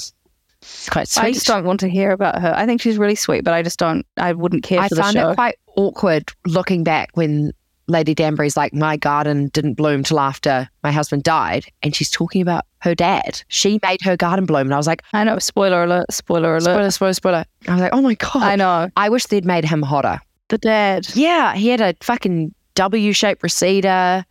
S1: it's quite sweet.
S2: I just don't want to hear about her. I think she's really sweet, but I just don't. I wouldn't care
S1: I
S2: for the
S1: found
S2: show.
S1: it quite awkward looking back when Lady Danbury's like, My garden didn't bloom till after my husband died. And she's talking about her dad. She made her garden bloom. And I was like,
S2: I know. Spoiler alert! Spoiler alert!
S1: Spoiler, spoiler, spoiler. I was like, Oh my God.
S2: I
S1: I,
S2: know
S1: wish they'd made him hotter.
S2: the dad.
S1: Yeah, he had a fucking W shaped receder,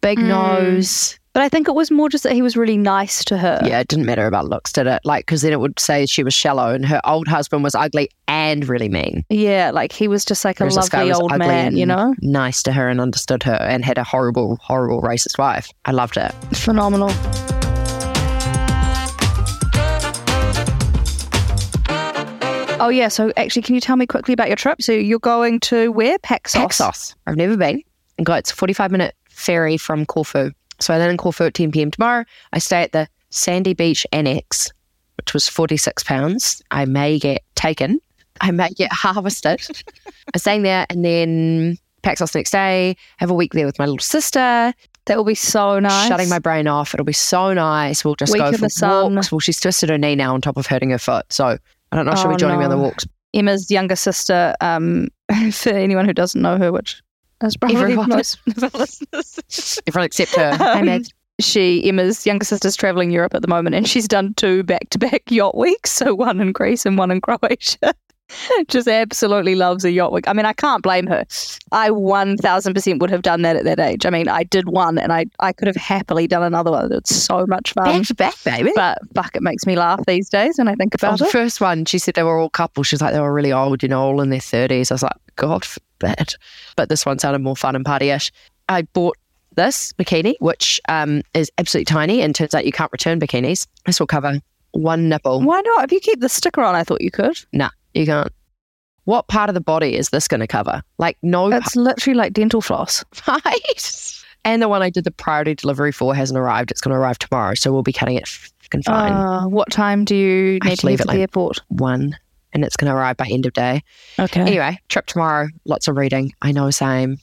S1: big
S2: Mm.
S1: nose.
S2: But I think it was more just that he was really nice to her.
S1: Yeah, it didn't matter about looks, did it? Like, because then it would say she was shallow and her old husband was ugly and really mean.
S2: Yeah, like he was just like a
S1: Whereas this guy
S2: lovely
S1: was
S2: old
S1: ugly
S2: man, you
S1: and
S2: know?
S1: Nice to her and understood her and had a horrible, horrible racist wife. I loved it.
S2: Phenomenal. Oh yeah, so actually can you tell me quickly about your trip? So you're going to where? Paxos.
S1: Paxos. I've never been. And got it's a 45 minute ferry from Corfu. So I land in Corfu at 10 p.m. tomorrow. I stay at the Sandy Beach Annex, which was 46 pounds. I may get taken. I may get [laughs]
S2: [laughs]
S1: harvested. I'm staying there and then Paxos the next day. Have a week there with my little sister.
S2: That will be so nice.
S1: Shutting my brain off. It'll be so nice. We'll just
S2: Week
S1: go
S2: in
S1: for
S2: the sun.
S1: walks. Well, she's twisted her knee now on top of hurting her foot. So I don't know. She'll
S2: Oh,
S1: be joining me on the
S2: no.
S1: walks.
S2: Emma's younger sister, um, [laughs] for anyone who doesn't know her, which is probably [laughs]
S1: Everyone.
S2: most of our listeners.
S1: Everyone except
S2: [laughs]
S1: her. hey,
S2: Um,
S1: Meg.
S2: she Emma's younger sister's traveling Europe at the moment, and she's done two back-to-back [laughs] yacht weeks, so one in Greece and one in [laughs] Croatia. Just absolutely loves a yacht week. I mean, I can't blame her. I one thousand percent would have done that at that age. I mean, I did one, and I I could have happily done another one. It's so much fun.
S1: Back to back, baby.
S2: But fuck, it makes me laugh these days when I think
S1: On
S2: about
S1: the
S2: it.
S1: first one, she said they were all couples. She's like, they were really old, you know, all in their 30s. I was like, God forbid. But this one sounded more fun and partyish. I bought this bikini, which um, is absolutely tiny, and turns out you can't return bikinis. This will cover one nipple.
S2: Why not? If you keep the sticker on, I thought you could.
S1: You can't. What part of the body is this going to cover? Like no
S2: It's literally like dental floss.
S1: Right. And the one I did the priority delivery for hasn't arrived. It's going to arrive tomorrow. So we'll be cutting it fucking fine.
S2: Uh, what time do you
S1: I
S2: need
S1: just
S2: to
S1: leave
S2: leave
S1: it
S2: for
S1: like-
S2: the airport?
S1: One. And it's going to arrive by end of day.
S2: Okay.
S1: Anyway, trip tomorrow. Lots of reading. I know, same.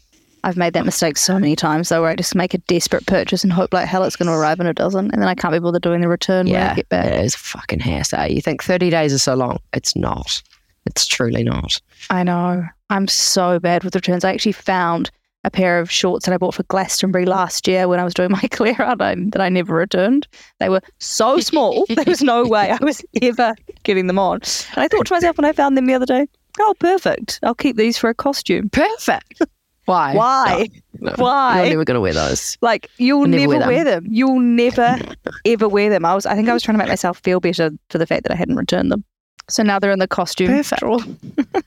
S2: I've made that mistake so many times though, where I just make a desperate purchase and hope like hell it's going to arrive and it doesn't, and then I can't be bothered doing the return when I
S1: Yeah.
S2: get back.
S1: It is a fucking hassle. You think 30 days is so long. It's not. It's truly not.
S2: I know. I'm so bad with returns. I actually found a pair of shorts that I bought for Glastonbury last year when I was doing [laughs] my clear out I, that I never returned. They were
S1: [laughs]
S2: so small, there was no way I was ever getting them on. And I thought to myself when I found them the other day, oh, perfect. I'll keep these for a costume.
S1: Perfect. [laughs] Why?
S2: Why?
S1: No, no.
S2: Why?
S1: You're never going to wear those.
S2: Like you'll
S1: Never
S2: never,
S1: wear
S2: wear, them.
S1: [laughs]
S2: You'll never ever wear them. I was I think I was trying to make myself feel better for the fact that I hadn't returned them. So now they're in the costume.
S1: Perfect. Um,
S2: drawer.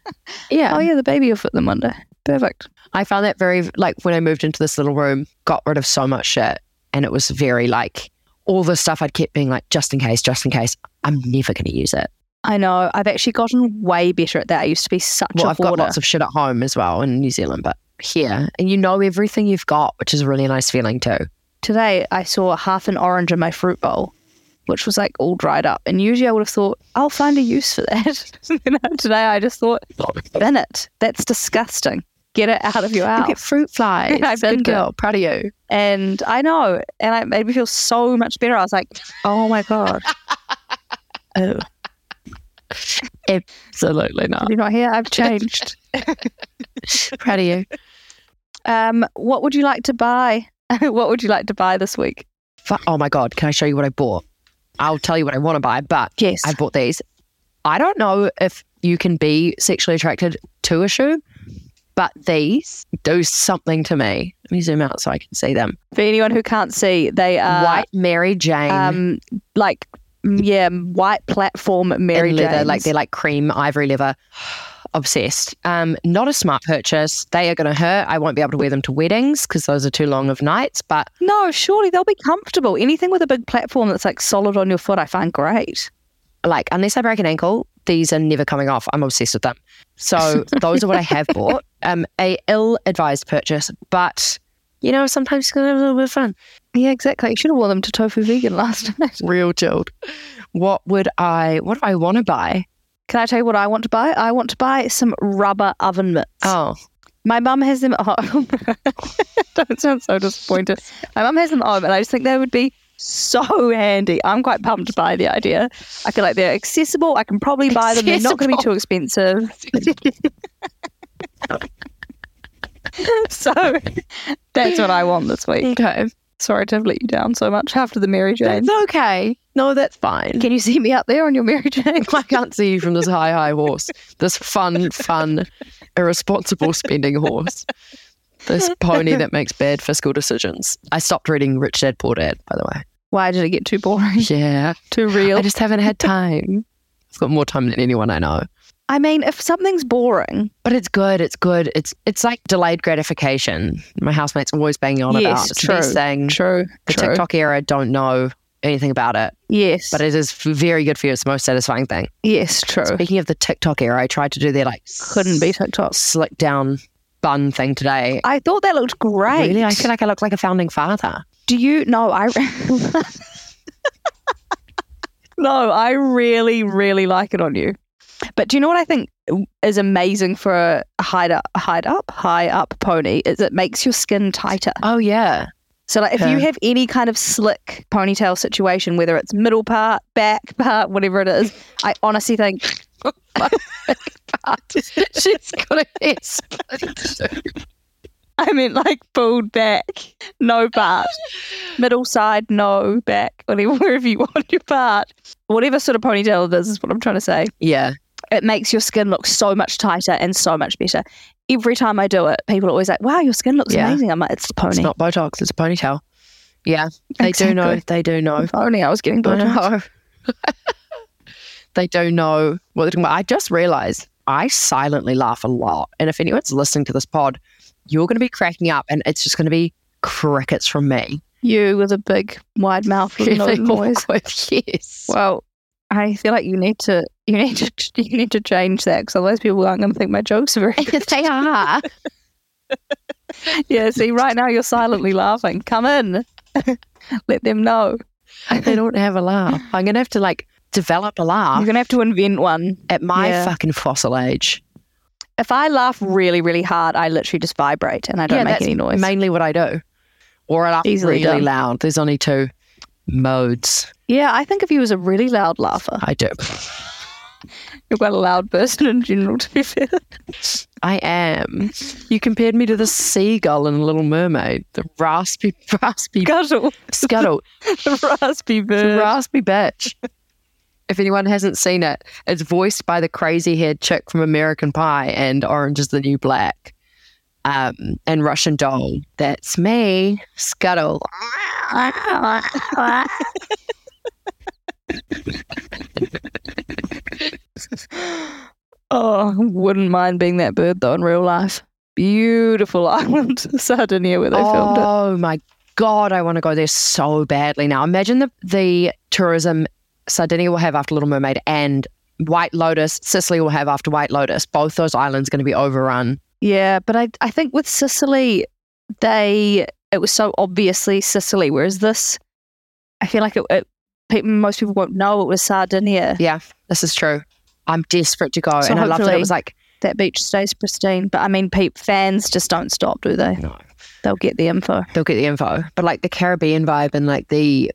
S1: Yeah.
S2: Oh yeah, the baby will fit them one day. Perfect.
S1: I found that very like when I moved into this little room, got rid of so much shit, and it was very like all the stuff I'd kept being like, just in case, just in case. I'm never going to use it.
S2: I know. I've actually gotten way better at that. I used to be such
S1: Well,
S2: a
S1: I've got
S2: hoarder.
S1: lots of shit at home as well in New Zealand, but here, and you know everything you've got, which is a really nice feeling too.
S2: Today I saw half an orange in my fruit bowl, which was like all dried up. And usually I would have thought, I'll find a use for that. [laughs] And Today I just thought, bin it. That's disgusting. Get it out of your
S1: Look
S2: house.
S1: at fruit [laughs] flies.
S2: I
S1: Good
S2: binned it.
S1: girl. Proud of you.
S2: And I know, and it made me feel so much better. I was like, oh my God. oh,
S1: Absolutely not.
S2: you're not here. I've changed.
S1: [laughs] Proud of you.
S2: Um, what would you like to buy? [laughs] what would you like to buy this week?
S1: Fu- Oh my God. Can I show you what I bought? I'll tell you what I want to buy, but
S2: Yes.
S1: I bought these. I don't know if you can be sexually attracted to a shoe, but these do something to me. Let me zoom out so I can see them.
S2: For anyone who can't see, they are
S1: White Mary Jane
S2: um, like, mm, yeah, white platform Mary
S1: in leather, like
S2: Janes.
S1: they're like cream ivory leather. [sighs] Obsessed. Um, not a smart purchase. They are going to hurt. I won't be able to wear them to weddings because those are too long of nights. But
S2: no, surely they'll be comfortable. Anything with a big platform that's like solid on your foot, I find great.
S1: like, unless I break an ankle, these are never coming off. I'm obsessed with them. [laughs] So those are what I have bought. Um, a ill-advised purchase, but you know, sometimes you can have a little bit of fun.
S2: Yeah, exactly. You should have worn them to Tofu Vegan last [laughs] night.
S1: real chilled. What would I? What do I want to buy?
S2: Can I tell you what I want to buy? I want to buy some rubber oven mitts.
S1: Oh,
S2: My mum has [laughs] them at home. Don't sound so disappointed. My mum has them at home, and I just think they would be so handy. I'm quite pumped by the idea. I feel like they're accessible. I can probably buy them. They're not going to be too expensive. [laughs] so that's what I want this week.
S1: okay.
S2: Sorry to have let you down so much after the Mary Jane.
S1: okay. No, that's fine.
S2: Can you see me up there on your Mary Jane?
S1: I can't see you from this high, high horse. This fun, fun, irresponsible spending horse. This pony that makes bad fiscal decisions. I stopped reading Rich Dad Poor Dad, by the way.
S2: [laughs] Why did it get too boring? [laughs]
S1: Yeah.
S2: Too real?
S1: I just haven't had time. I've got more time than anyone I know.
S2: I mean, if something's boring,
S1: But it's good. It's good. It's it's like delayed gratification. My housemate's always banging on
S2: Yes,
S1: about it's the best
S2: true,
S1: thing.
S2: true,
S1: The
S2: true.
S1: TikTok era don't know anything about it.
S2: yes,
S1: but it is very good for you. It's the most satisfying thing.
S2: yes, true.
S1: Speaking of the TikTok era, I tried to do their like
S2: Couldn't be TikToks.
S1: slick down bun thing today.
S2: I thought that looked great.
S1: Really, I feel like I look like a founding father.
S2: Do you? No, I. [laughs] no, I really, really like it on you. But do you know what I think is amazing for a hide up, hide up, high up pony? Is it makes your skin tighter.
S1: Oh yeah,
S2: So, like, if you
S1: Yeah.
S2: have any kind of slick ponytail situation, whether it's middle part, back part, whatever it is, I honestly think
S1: [laughs] she's got a hair split too.
S2: [laughs] I meant like pulled back, no
S1: [laughs]
S2: part, middle side, no back, whatever, [laughs] wherever you want your part. Whatever sort of ponytail it is, is what I'm trying to say.
S1: [laughs] Yeah,
S2: It makes your skin look so much tighter and so much better. Every time I do it, people are always like, wow, your skin looks
S1: Yeah.
S2: amazing. I'm like, it's the pony.
S1: it's not Botox; it's a ponytail. Yeah, they do
S2: Exactly.
S1: know. They do know.
S2: If only I was getting
S1: I
S2: [laughs] Botox.
S1: [laughs] know. they do know what they're talking about. I just realised I silently laugh a lot. And if anyone's listening to this pod, you're going to be cracking up and it's just going to be crickets from me.
S2: You with a big
S1: [laughs]
S2: wide mouth with no
S1: Feeling
S2: noise.
S1: awkward, Yes.
S2: Well, I feel like you need to you need to [laughs] you need to change that because otherwise people aren't going to think my jokes are very good.
S1: [laughs] they are.
S2: yeah. See, right now you're silently laughing. Come in, [laughs] let them know. [laughs]
S1: They don't have a laugh. I'm going to have to like develop a
S2: You're
S1: laugh
S2: going to have to invent one.
S1: at my
S2: Yeah.
S1: fucking fossil age.
S2: If I laugh really really hard, I literally just vibrate and I don't
S1: Yeah,
S2: make
S1: that's
S2: any noise.
S1: Mainly what I do. Or I laugh
S2: Easily
S1: really
S2: done.
S1: loud. There's only two modes
S2: yeah, I think of you as a really loud laugher.
S1: I do.
S2: You're quite a loud person in general, to be fair.
S1: I am. You compared me to the seagull in Little Mermaid, the raspy, [laughs] raspy
S2: Scuttle,
S1: scuttle.
S2: the [laughs] raspy
S1: It's a
S2: [laughs] bird.
S1: raspy bitch. If anyone hasn't seen it, it's voiced by the crazy haired chick from American Pie and Orange is the New Black um, and Russian Doll. That's me, Scuttle.
S2: [laughs] Oh, wouldn't mind being that bird though in real life. Beautiful [laughs] island, Sardinia, where they filmed it.
S1: oh my god, I want to go there so badly now. Imagine the the tourism Sardinia will have after Little Mermaid and White Lotus, Sicily will have after White Lotus. Both those islands going to be overrun.
S2: Yeah, but I I think with Sicily, they it was so obviously Sicily, whereas this, I feel like it, it pe- most people won't know it was Sardinia.
S1: Yeah, this is true. I'm desperate to go,
S2: So
S1: and I love that it
S2: hopefully-
S1: was like
S2: That beach stays pristine, but I mean, peep fans just don't stop, do they?
S1: no.
S2: They'll get the info.
S1: they'll get the info, but like the Caribbean vibe and like the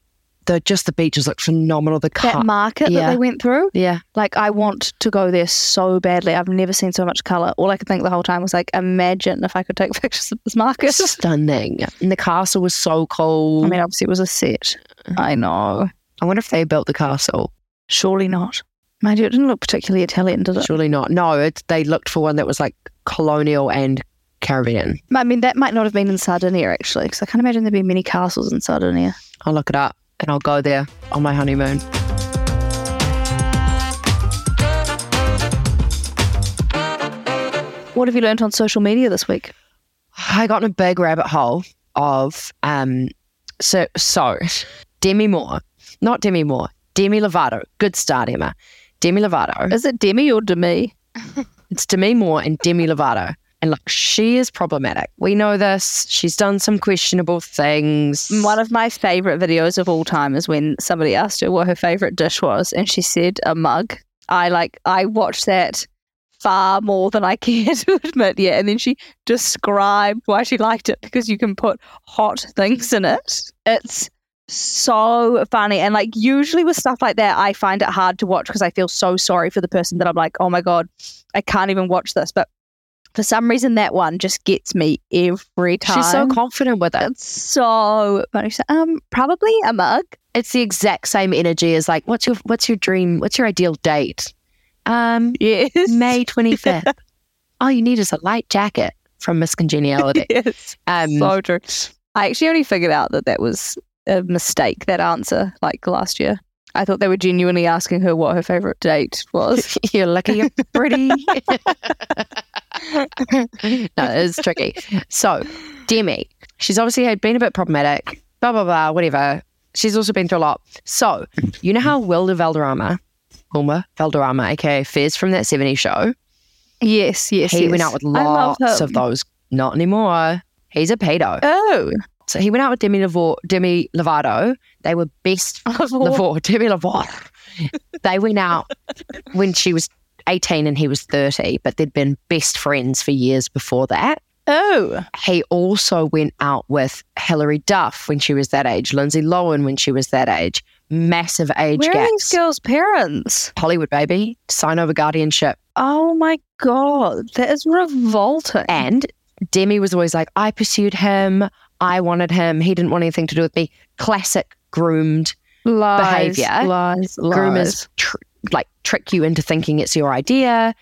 S1: the just the beaches look phenomenal. The
S2: That
S1: car,
S2: market
S1: yeah.
S2: that they went through,
S1: yeah,
S2: Like I want to go there so badly. I've never seen so much color. All I could think the whole time was like, imagine if I could take [laughs] pictures of this market.
S1: stunning. And the castle was so cool.
S2: I
S1: I,
S2: mean, obviously it was a set. I know.
S1: wonder if they built the castle.
S2: Surely not. Mind you, it didn't look particularly Italian, did it?
S1: Surely not. No, it, they looked for one that was like colonial and Caribbean.
S2: I mean, that might not have been in Sardinia actually, because I can't imagine there'd be many castles in Sardinia.
S1: I'll look it up and I'll go there on my honeymoon.
S2: What have you learnt on social media this week?
S1: I got in a big rabbit hole of um so so Demi Moore, not Demi Moore, Demi Lovato. Good start, Emma. Demi Lovato.
S2: Is it Demi or Demi?
S1: It's Demi Moore and Demi Lovato. And look, she is problematic. We know this. She's done some questionable things.
S2: One of my favorite videos of all time is when somebody asked her what her favorite dish was, and she said a mug. I like I watched that far more than I [laughs] care to admit yet. And then she described why she liked it because you can put hot things in it. It's so funny. And like usually with stuff like that, I find it hard to watch because I feel so sorry for the person that I'm like, oh my God, I can't even watch this. But for some reason that one just gets me every time.
S1: She's so confident with it.
S2: That's so funny. She's like, um, probably a mug. [laughs]
S1: It's the exact same energy as like, what's your what's your dream? What's your ideal date?
S2: [laughs]
S1: Um,
S2: Yes.
S1: May twenty fifth. All you need is a light jacket from Miss
S2: [laughs]
S1: Congeniality.
S2: yes.
S1: Um,
S2: so true. I actually only figured out that that was a mistake, that answer, like last year. I thought they were genuinely asking her what her favorite date was.
S1: [laughs] you're lucky you're pretty. [laughs] no, it's tricky. So, Demi, she's obviously had been a bit problematic, blah, blah, blah, whatever. She's also been through a lot. So, you know how Wilda Valderrama, Wilma Valderrama, aka Fez from that 70s show,
S2: [laughs] yes, yes.
S1: he went out with lots of
S2: them.
S1: those. Not anymore. He's a pedo.
S2: [laughs] Oh,
S1: So, he went out with Demi, Lovo- Demi Lovato. They were best
S2: of all-
S1: Lavore, [laughs] Demi Lavore. they went out when she was 18 and he was 30, but they'd been best friends for years before that.
S2: oh,
S1: He also went out with Hilary Duff when she was that age, Lindsay Lohan when she was that age. Massive age
S2: where are these
S1: gaps.
S2: girls' parents?
S1: Hollywood baby, sign over guardianship.
S2: Oh my god, that is revolting.
S1: And Demi was always like, I pursued him. I wanted him. He didn't want anything to do with me. Classic groomed
S2: lies,
S1: behaviour.
S2: lies, lies.
S1: groomers tr- like trick you into thinking it's your idea.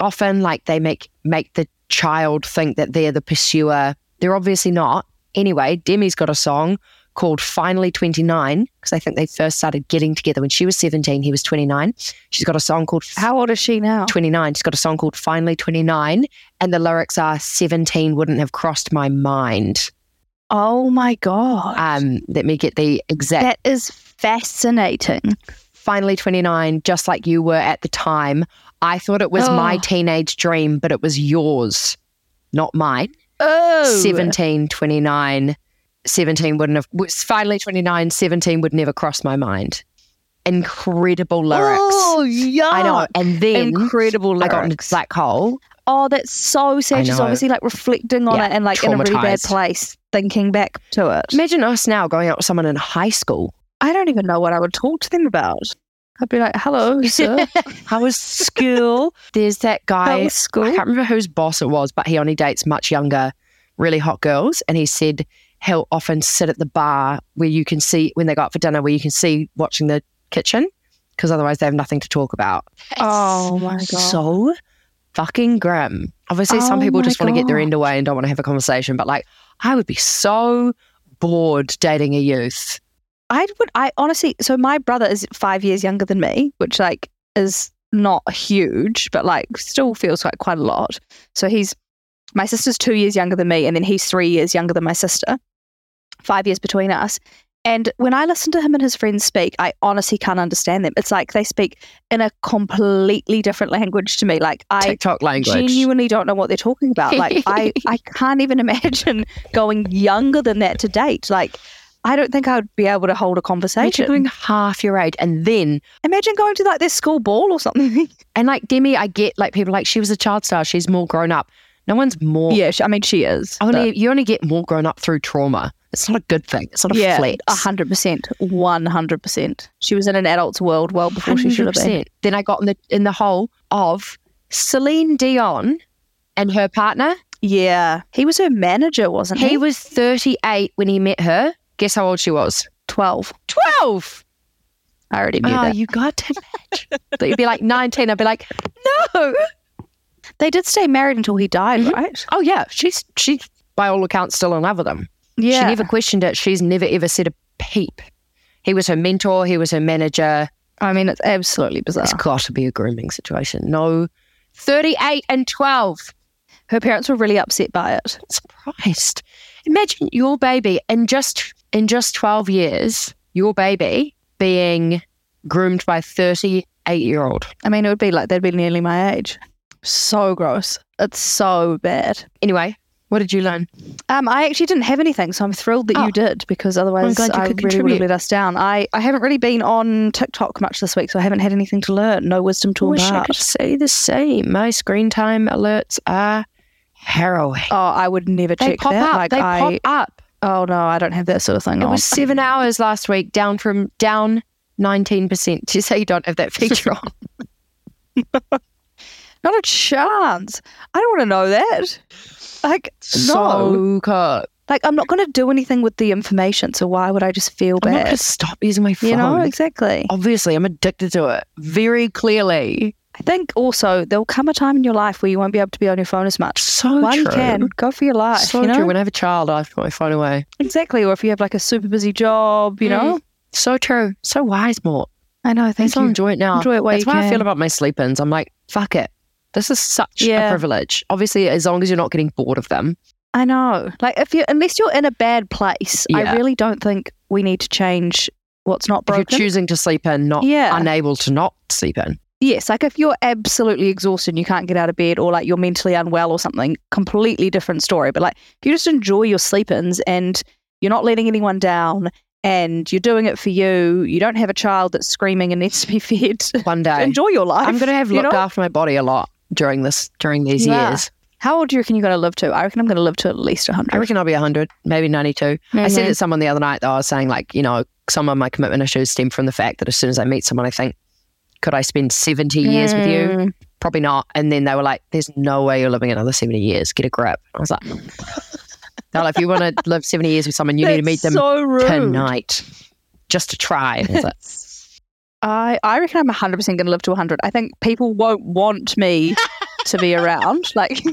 S1: Often, like they make make the child think that they're the pursuer. They're obviously not. Anyway, Demi's got a song called Finally 29, because I think they first started getting together when she was 17, he was 29. She's got a song called
S2: How old is she now?
S1: 29. She's got a song called Finally 29, and the lyrics are 17 wouldn't have crossed my mind.
S2: Oh my god,
S1: Um, let me get the exact
S2: that is fascinating.
S1: finally 29, just like you were at the time. I thought it was my
S2: Oh.
S1: teenage dream, but it was yours, not mine.
S2: Oh,
S1: 17, 29, 17 wouldn't have, was finally 29, 17 would never cross my mind. Incredible lyrics.
S2: Oh yeah,
S1: I know. And then
S2: Incredible
S1: I
S2: lyrics.
S1: got into black hole.
S2: oh, that's so
S1: I
S2: sad. She's
S1: know.
S2: obviously like reflecting on
S1: Yeah,
S2: it and like in a really bad
S1: traumatised.
S2: place, thinking back to it.
S1: Imagine us now going out with someone in high school.
S2: I don't even know what I would talk to them about. I'd be like, "Hello, [laughs] sir.
S1: How was school? There's that
S2: How
S1: guy
S2: was school?"
S1: I can't remember whose boss it was, but he only dates much younger, really hot girls. And he said he'll often sit at the bar where you can see when they go out for dinner, where you can see watching the kitchen, because otherwise they have nothing to talk about.
S2: Oh my god.
S1: So fucking grim. Obviously, some
S2: Oh
S1: people
S2: my
S1: just want to get their end
S2: God.
S1: away and don't want to have a conversation. But like, I would be so bored dating a youth.
S2: I would. I honestly. So my brother is five years younger than me, which like is not huge, but like still feels like quite a lot. So he's my sister's two years younger than me, and then he's three years younger than my sister. Five years between us. And when I listen to him and his friends speak, I honestly can't understand them. It's like they speak in a completely different language to me. Like I
S1: TikTok language.
S2: genuinely don't know what they're talking
S1: [laughs]
S2: about. Like I, I can't even imagine going younger than that to date. Like I don't think I would be able to hold a
S1: Imagine
S2: conversation.
S1: going half your age and then
S2: imagine going to like their school ball or
S1: [laughs]
S2: something.
S1: And like Demi, I get like people are like she was a child star. She's more grown up. No one's more.
S2: yeah, she- I mean she is.
S1: Only you only get more grown up through trauma. It's not a good thing. It's not
S2: but-
S1: a
S2: yeah,
S1: flex.
S2: a hundred percent, one hundred percent. She was in an adult's world well before she should have been.
S1: 100%. Then I got in the in the hole of Celine Dion and her partner.
S2: Yeah, he was her manager, wasn't he?
S1: He was thirty eight when he met her. Guess how old she was?
S2: Twelve.
S1: Twelve.
S2: I already knew
S1: Oh,
S2: that.
S1: you got to match. Thought you'd be like nineteen. I'd be like, no.
S2: They did stay married until he died,
S1: Mhm.
S2: right?
S1: Oh yeah, she's she's by all accounts still in love with him.
S2: Yeah.
S1: She never questioned it. She's never ever said a peep. He was her mentor. He was her manager.
S2: I mean, it's absolutely bizarre.
S1: It's got to be a grooming situation. No, thirty-eight and twelve.
S2: Her parents were really upset by it.
S1: Surprised. Imagine your baby in just in just twelve years, your baby being groomed by thirty-eight-year-old.
S2: I mean, it would be like they'd be nearly my age. So gross. It's so bad.
S1: Anyway, what did you learn?
S2: Um, I actually didn't have anything, so I'm thrilled that
S1: Oh.
S2: you did because otherwise
S1: glad you
S2: I
S1: could
S2: really would have
S1: contribute.
S2: let us down. I, I haven't really been on TikTok much this week, so I haven't had anything to learn. No wisdom to
S1: Wish I
S2: impart.
S1: could say the same. My screen time alerts are harrowing.
S2: Oh, I would never
S1: They
S2: check
S1: pop
S2: that.
S1: up.
S2: Like
S1: they
S2: I,
S1: pop up.
S2: oh no, I don't have that sort of thing
S1: It
S2: on.
S1: was seven hours last week, down from down nineteen percent. [laughs] You say you don't have that feature on.
S2: Not a chance. I don't want to know that. Like
S1: [laughs]
S2: no,
S1: So cut.
S2: like I'm not going to do anything with the information. So why would I just feel
S1: I'm not gonna
S2: bad?
S1: stop using my phone.
S2: You know exactly.
S1: Obviously, I'm addicted to it. Very clearly.
S2: I think also there'll come a time in your life where you won't be able to be on your phone as much.
S1: So
S2: While
S1: true.
S2: you can, go for your life.
S1: so
S2: you know?
S1: true. When I have a child, I put my phone away.
S2: Exactly. Or if you have like a super busy job, you know?
S1: Mm. So true. So wise, more.
S2: Mm. I know. Thank
S1: Thanks. I'll
S2: you.
S1: enjoy it now.
S2: Enjoy it while
S1: That's
S2: you
S1: how I
S2: can.
S1: feel about my sleep-ins. I'm like, fuck it. This is such a
S2: Yeah.
S1: privilege. Obviously, as long as you're not getting bored of them.
S2: I know. Like if you unless you're in a bad place,
S1: Yeah.
S2: I really don't think we need to change what's not broken.
S1: If you're choosing to sleep in, not
S2: yeah.
S1: unable to not sleep in.
S2: yes. Like if you're absolutely exhausted and you can't get out of bed or like you're mentally unwell or something, completely different story. But like if you just enjoy your sleep ins and you're not letting anyone down and you're doing it for you, you don't have a child that's screaming and [laughs] needs to be fed.
S1: One [laughs] day.
S2: Enjoy your life.
S1: I'm going to have
S2: you
S1: looked
S2: know?
S1: after my body a lot during this during these
S2: You are.
S1: years.
S2: How old do you reckon you're going to live to? I reckon I'm going to live to at least 100.
S1: I reckon I'll be 100, maybe 92. I said it to someone the other night though. I was saying like, you know, some of my commitment issues stem from the fact that as soon as I meet someone, I think, could I spend 70 years with
S2: Mm.
S1: you? Probably not. And then they were like, there's no way you're living another 70 years. Get a grip. I
S2: [laughs]
S1: was like, no, like, if you want to live 70 years with someone, you need to meet them
S2: so rude.
S1: tonight just to try. And I was like,
S2: I, I reckon I'm 100% going to live to 100. I think people won't want me to be [laughs] around. Like, Oh.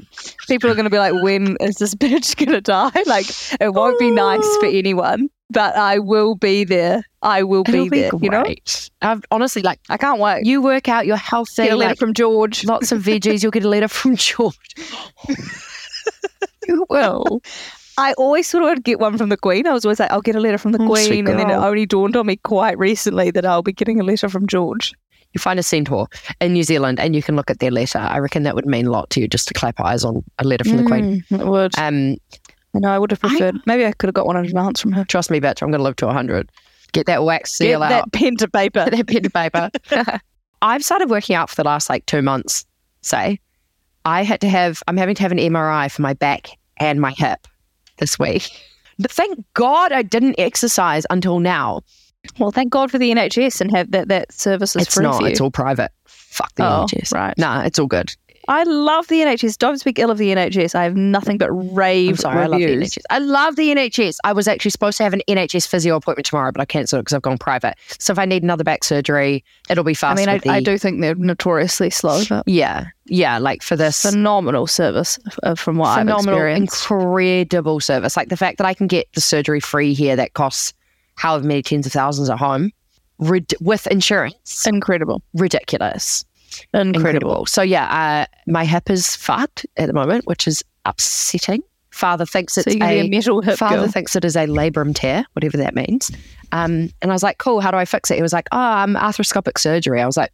S2: people are going to be like, when is this bitch going to die? Like, it won't be nice for anyone. but I will be there. I will be,
S1: It'll be
S2: there. You know,
S1: great. I've honestly like
S2: I can't wait.
S1: you work out your healthy
S2: Get a letter
S1: like,
S2: from George.
S1: [laughs] lots of veggies, you'll get a letter from [laughs] George.
S2: [laughs] You will. [laughs] I always thought I'd get one from the Queen. I was always like, I'll get a letter from the
S1: Oh, sweet
S2: Queen, and then it
S1: girl.
S2: only dawned on me quite recently that I'll be getting a letter from George.
S1: You find a centaur in New Zealand and you can look at their letter. I reckon that would mean a lot to you just to clap eyes on a letter from the Queen.
S2: Mm, it would.
S1: Um,
S2: and I would have
S1: I-
S2: preferred. maybe I could have got one in advance from her.
S1: trust me, bitch, I'm going to live to 100. Get that wax seal
S2: Get
S1: out. [laughs]
S2: that pen to paper.
S1: that pen to paper. [laughs] I've started working out for the last like two months, say. I had to have, I'm having to have an MRI for my back and my hip this week. [laughs] But thank God I didn't exercise until now.
S2: Well, thank God for the NHS and have that that service is
S1: it's
S2: free
S1: not,
S2: for you.
S1: it's all private. Fuck the
S2: Oh,
S1: NHS.
S2: right.
S1: Nah, it's all good.
S2: I love the NHS. Don't speak ill of the NHS. I have nothing but rave
S1: I'm sorry, I love the
S2: reviews.
S1: NHS. I love the NHS. I was actually supposed to have an NHS physio appointment tomorrow, but I cancelled it because I've gone private. So if I need another back surgery, it'll be
S2: I
S1: fast.
S2: mean, I,
S1: with the-
S2: I do think they're notoriously slow, but
S1: Yeah, yeah, like for this.
S2: phenomenal service uh, from what I've
S1: phenomenal,
S2: experienced.
S1: incredible service. Like the fact that I can get the surgery free here that costs however many tens of thousands at home rid- with insurance.
S2: Incredible.
S1: Ridiculous.
S2: Incredible.
S1: Incredible. So, yeah, uh, my hip is fucked at the moment, which is upsetting. Father thinks
S2: So
S1: it's
S2: you can be a
S1: a.
S2: metal hip
S1: Father
S2: girl.
S1: thinks it is a labrum tear, whatever that means. Um, and I was like, cool, how do I fix it? He was like, oh, um, arthroscopic surgery. I was like,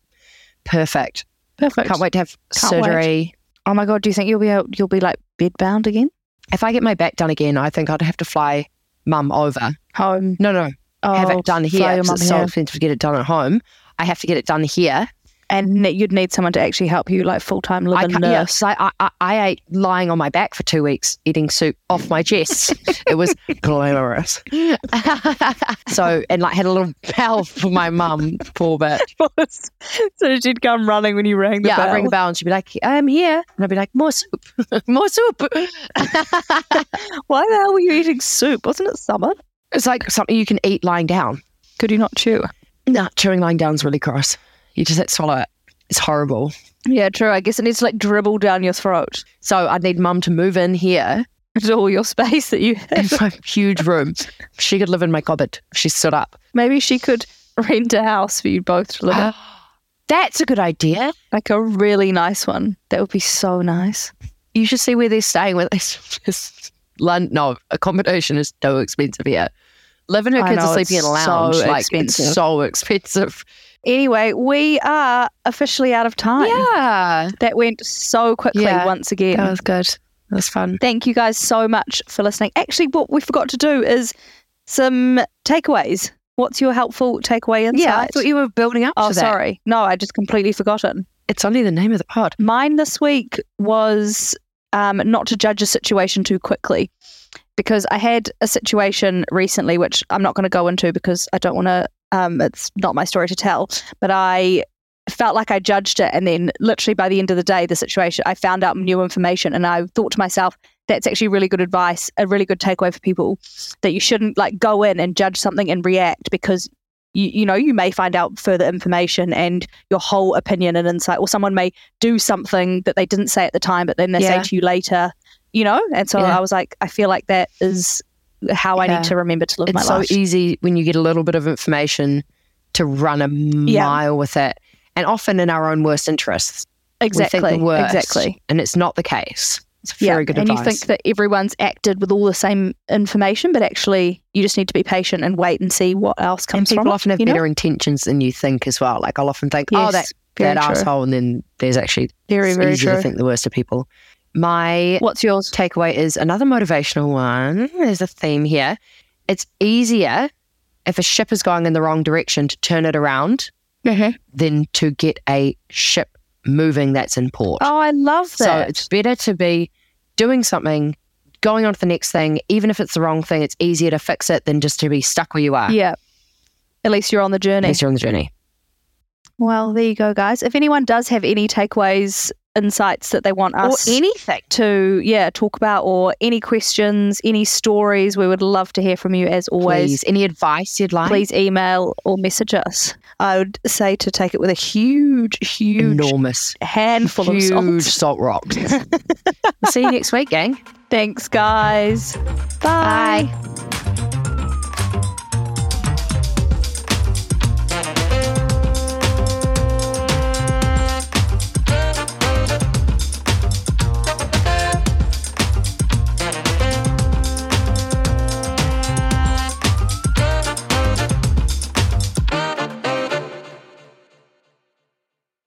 S1: perfect.
S2: Perfect.
S1: Can't wait to have
S2: Can't wait.
S1: surgery.
S2: Oh my god, do you think you'll be out, you'll be like bedbound again?
S1: If I get my back done again, I think I'd have to fly mum over.
S2: Home.
S1: No, no,
S2: Oh,
S1: have it done
S2: fly
S1: here.
S2: your
S1: 'cause
S2: mum
S1: It's so
S2: here.
S1: expensive to get it done at home. I have to get it done here.
S2: and ne- you'd need someone to actually help you, like full time live
S1: I
S2: in
S1: can't, yeah,
S2: nurse.
S1: 'cause I, I, I ate lying on my back for two weeks, eating soup off my
S2: [laughs]
S1: chest. it was glamorous. so, and like had a little [laughs] bell for my mum, poor bit.
S2: [laughs] so she'd come running when you rang the
S1: Yeah,
S2: bell.
S1: I'd ring the bell and she'd be like, I'm here. And I'd be like, more soup, [laughs] more soup.
S2: Why the hell were you eating soup? Wasn't it summer?
S1: It's like something you can eat lying down.
S2: Could you not chew?
S1: Nah, chewing lying down's really gross. You just had to swallow it. It's horrible.
S2: Yeah, true. I guess it needs to like dribble down your throat [laughs]
S1: So I'd need mum to move in here
S2: into all your space that you
S1: in
S2: have. [laughs]
S1: my huge room. She could live in my cupboard. if She stood up.
S2: Maybe she could rent a house for you both to
S1: [gasps]
S2: live in.
S1: That's a good idea.
S2: Like a really nice one. That would be so nice.
S1: You should see where they're staying. Where they [laughs] just London, no accommodation is so expensive here. Living her
S2: I
S1: kids
S2: know,
S1: are sleeping in a
S2: it's so
S1: lounge. like
S2: expensive.
S1: it's so expensive.
S2: Anyway, we are officially out of time.
S1: Yeah,
S2: That went so quickly
S1: Yeah.
S2: once again.
S1: that was good. That was fun.
S2: Thank you guys so much for listening. Actually, what we forgot to do is some takeaways. What's your helpful takeaway insight?
S1: Yeah, I thought you were building up.
S2: oh,
S1: to that.
S2: sorry. No, I just completely forgotten.
S1: It's only the name of the pod.
S2: Mine this week was um, not to judge a situation too quickly because I had a situation recently, which I'm not going to go into because I don't want to, um, it's not my story to tell, but I felt like I judged it. And then literally by the end of the day, the situation, I found out new information and I thought to myself, that's actually really good advice, a really good takeaway for people that you shouldn't like go in and judge something and react because you, you know, you may find out further information and your whole opinion and insight, or someone may do something that they didn't say at the time, but then they
S1: Yeah.
S2: say to you later, you know? And so
S1: Yeah.
S2: I was like, I feel like that is how I
S1: Yeah.
S2: need to remember to live
S1: It's
S2: my
S1: so
S2: life.
S1: easy when you get a little bit of information to run a mile with it, and often in our own worst interests.
S2: exactly.
S1: we think the worst,
S2: Exactly.
S1: and it's not the case. It's very good
S2: and
S1: advice.
S2: you think that everyone's acted with all the same information, but actually, you just need to be patient and wait and see what else
S1: and
S2: comes
S1: people
S2: from. it,
S1: often have
S2: you know?
S1: better intentions than you think as well. Like I'll often think, oh, that
S2: Yes, very
S1: that
S2: true.
S1: asshole, and then there's actually
S2: Very,
S1: it's
S2: very
S1: easy
S2: true.
S1: to think the worst of people. My
S2: What's yours?
S1: takeaway is another motivational one. There's a theme here. It's easier if a ship is going in the wrong direction to turn it around Mm-hmm. than to get a ship moving that's in port.
S2: Oh, I love
S1: So
S2: that.
S1: it's better to be doing something, going on to the next thing, even if it's the wrong thing. It's easier to fix it than just to be stuck where you are.
S2: yeah. At least you're on the journey.
S1: Unless you're on the journey.
S2: Well, there you go, guys. If anyone does have any takeaways, insights that they want us
S1: anything.
S2: to yeah talk about, or any questions, any stories, we would love to hear from you. As always,
S1: Please. Any advice you'd like?
S2: please email or message us. I would say to take it with a huge, huge
S1: Enormous.
S2: handful of
S1: huge
S2: salt.
S1: salt
S2: [laughs]
S1: rocks. See you next week, gang.
S2: Thanks, guys. Bye.
S1: Bye.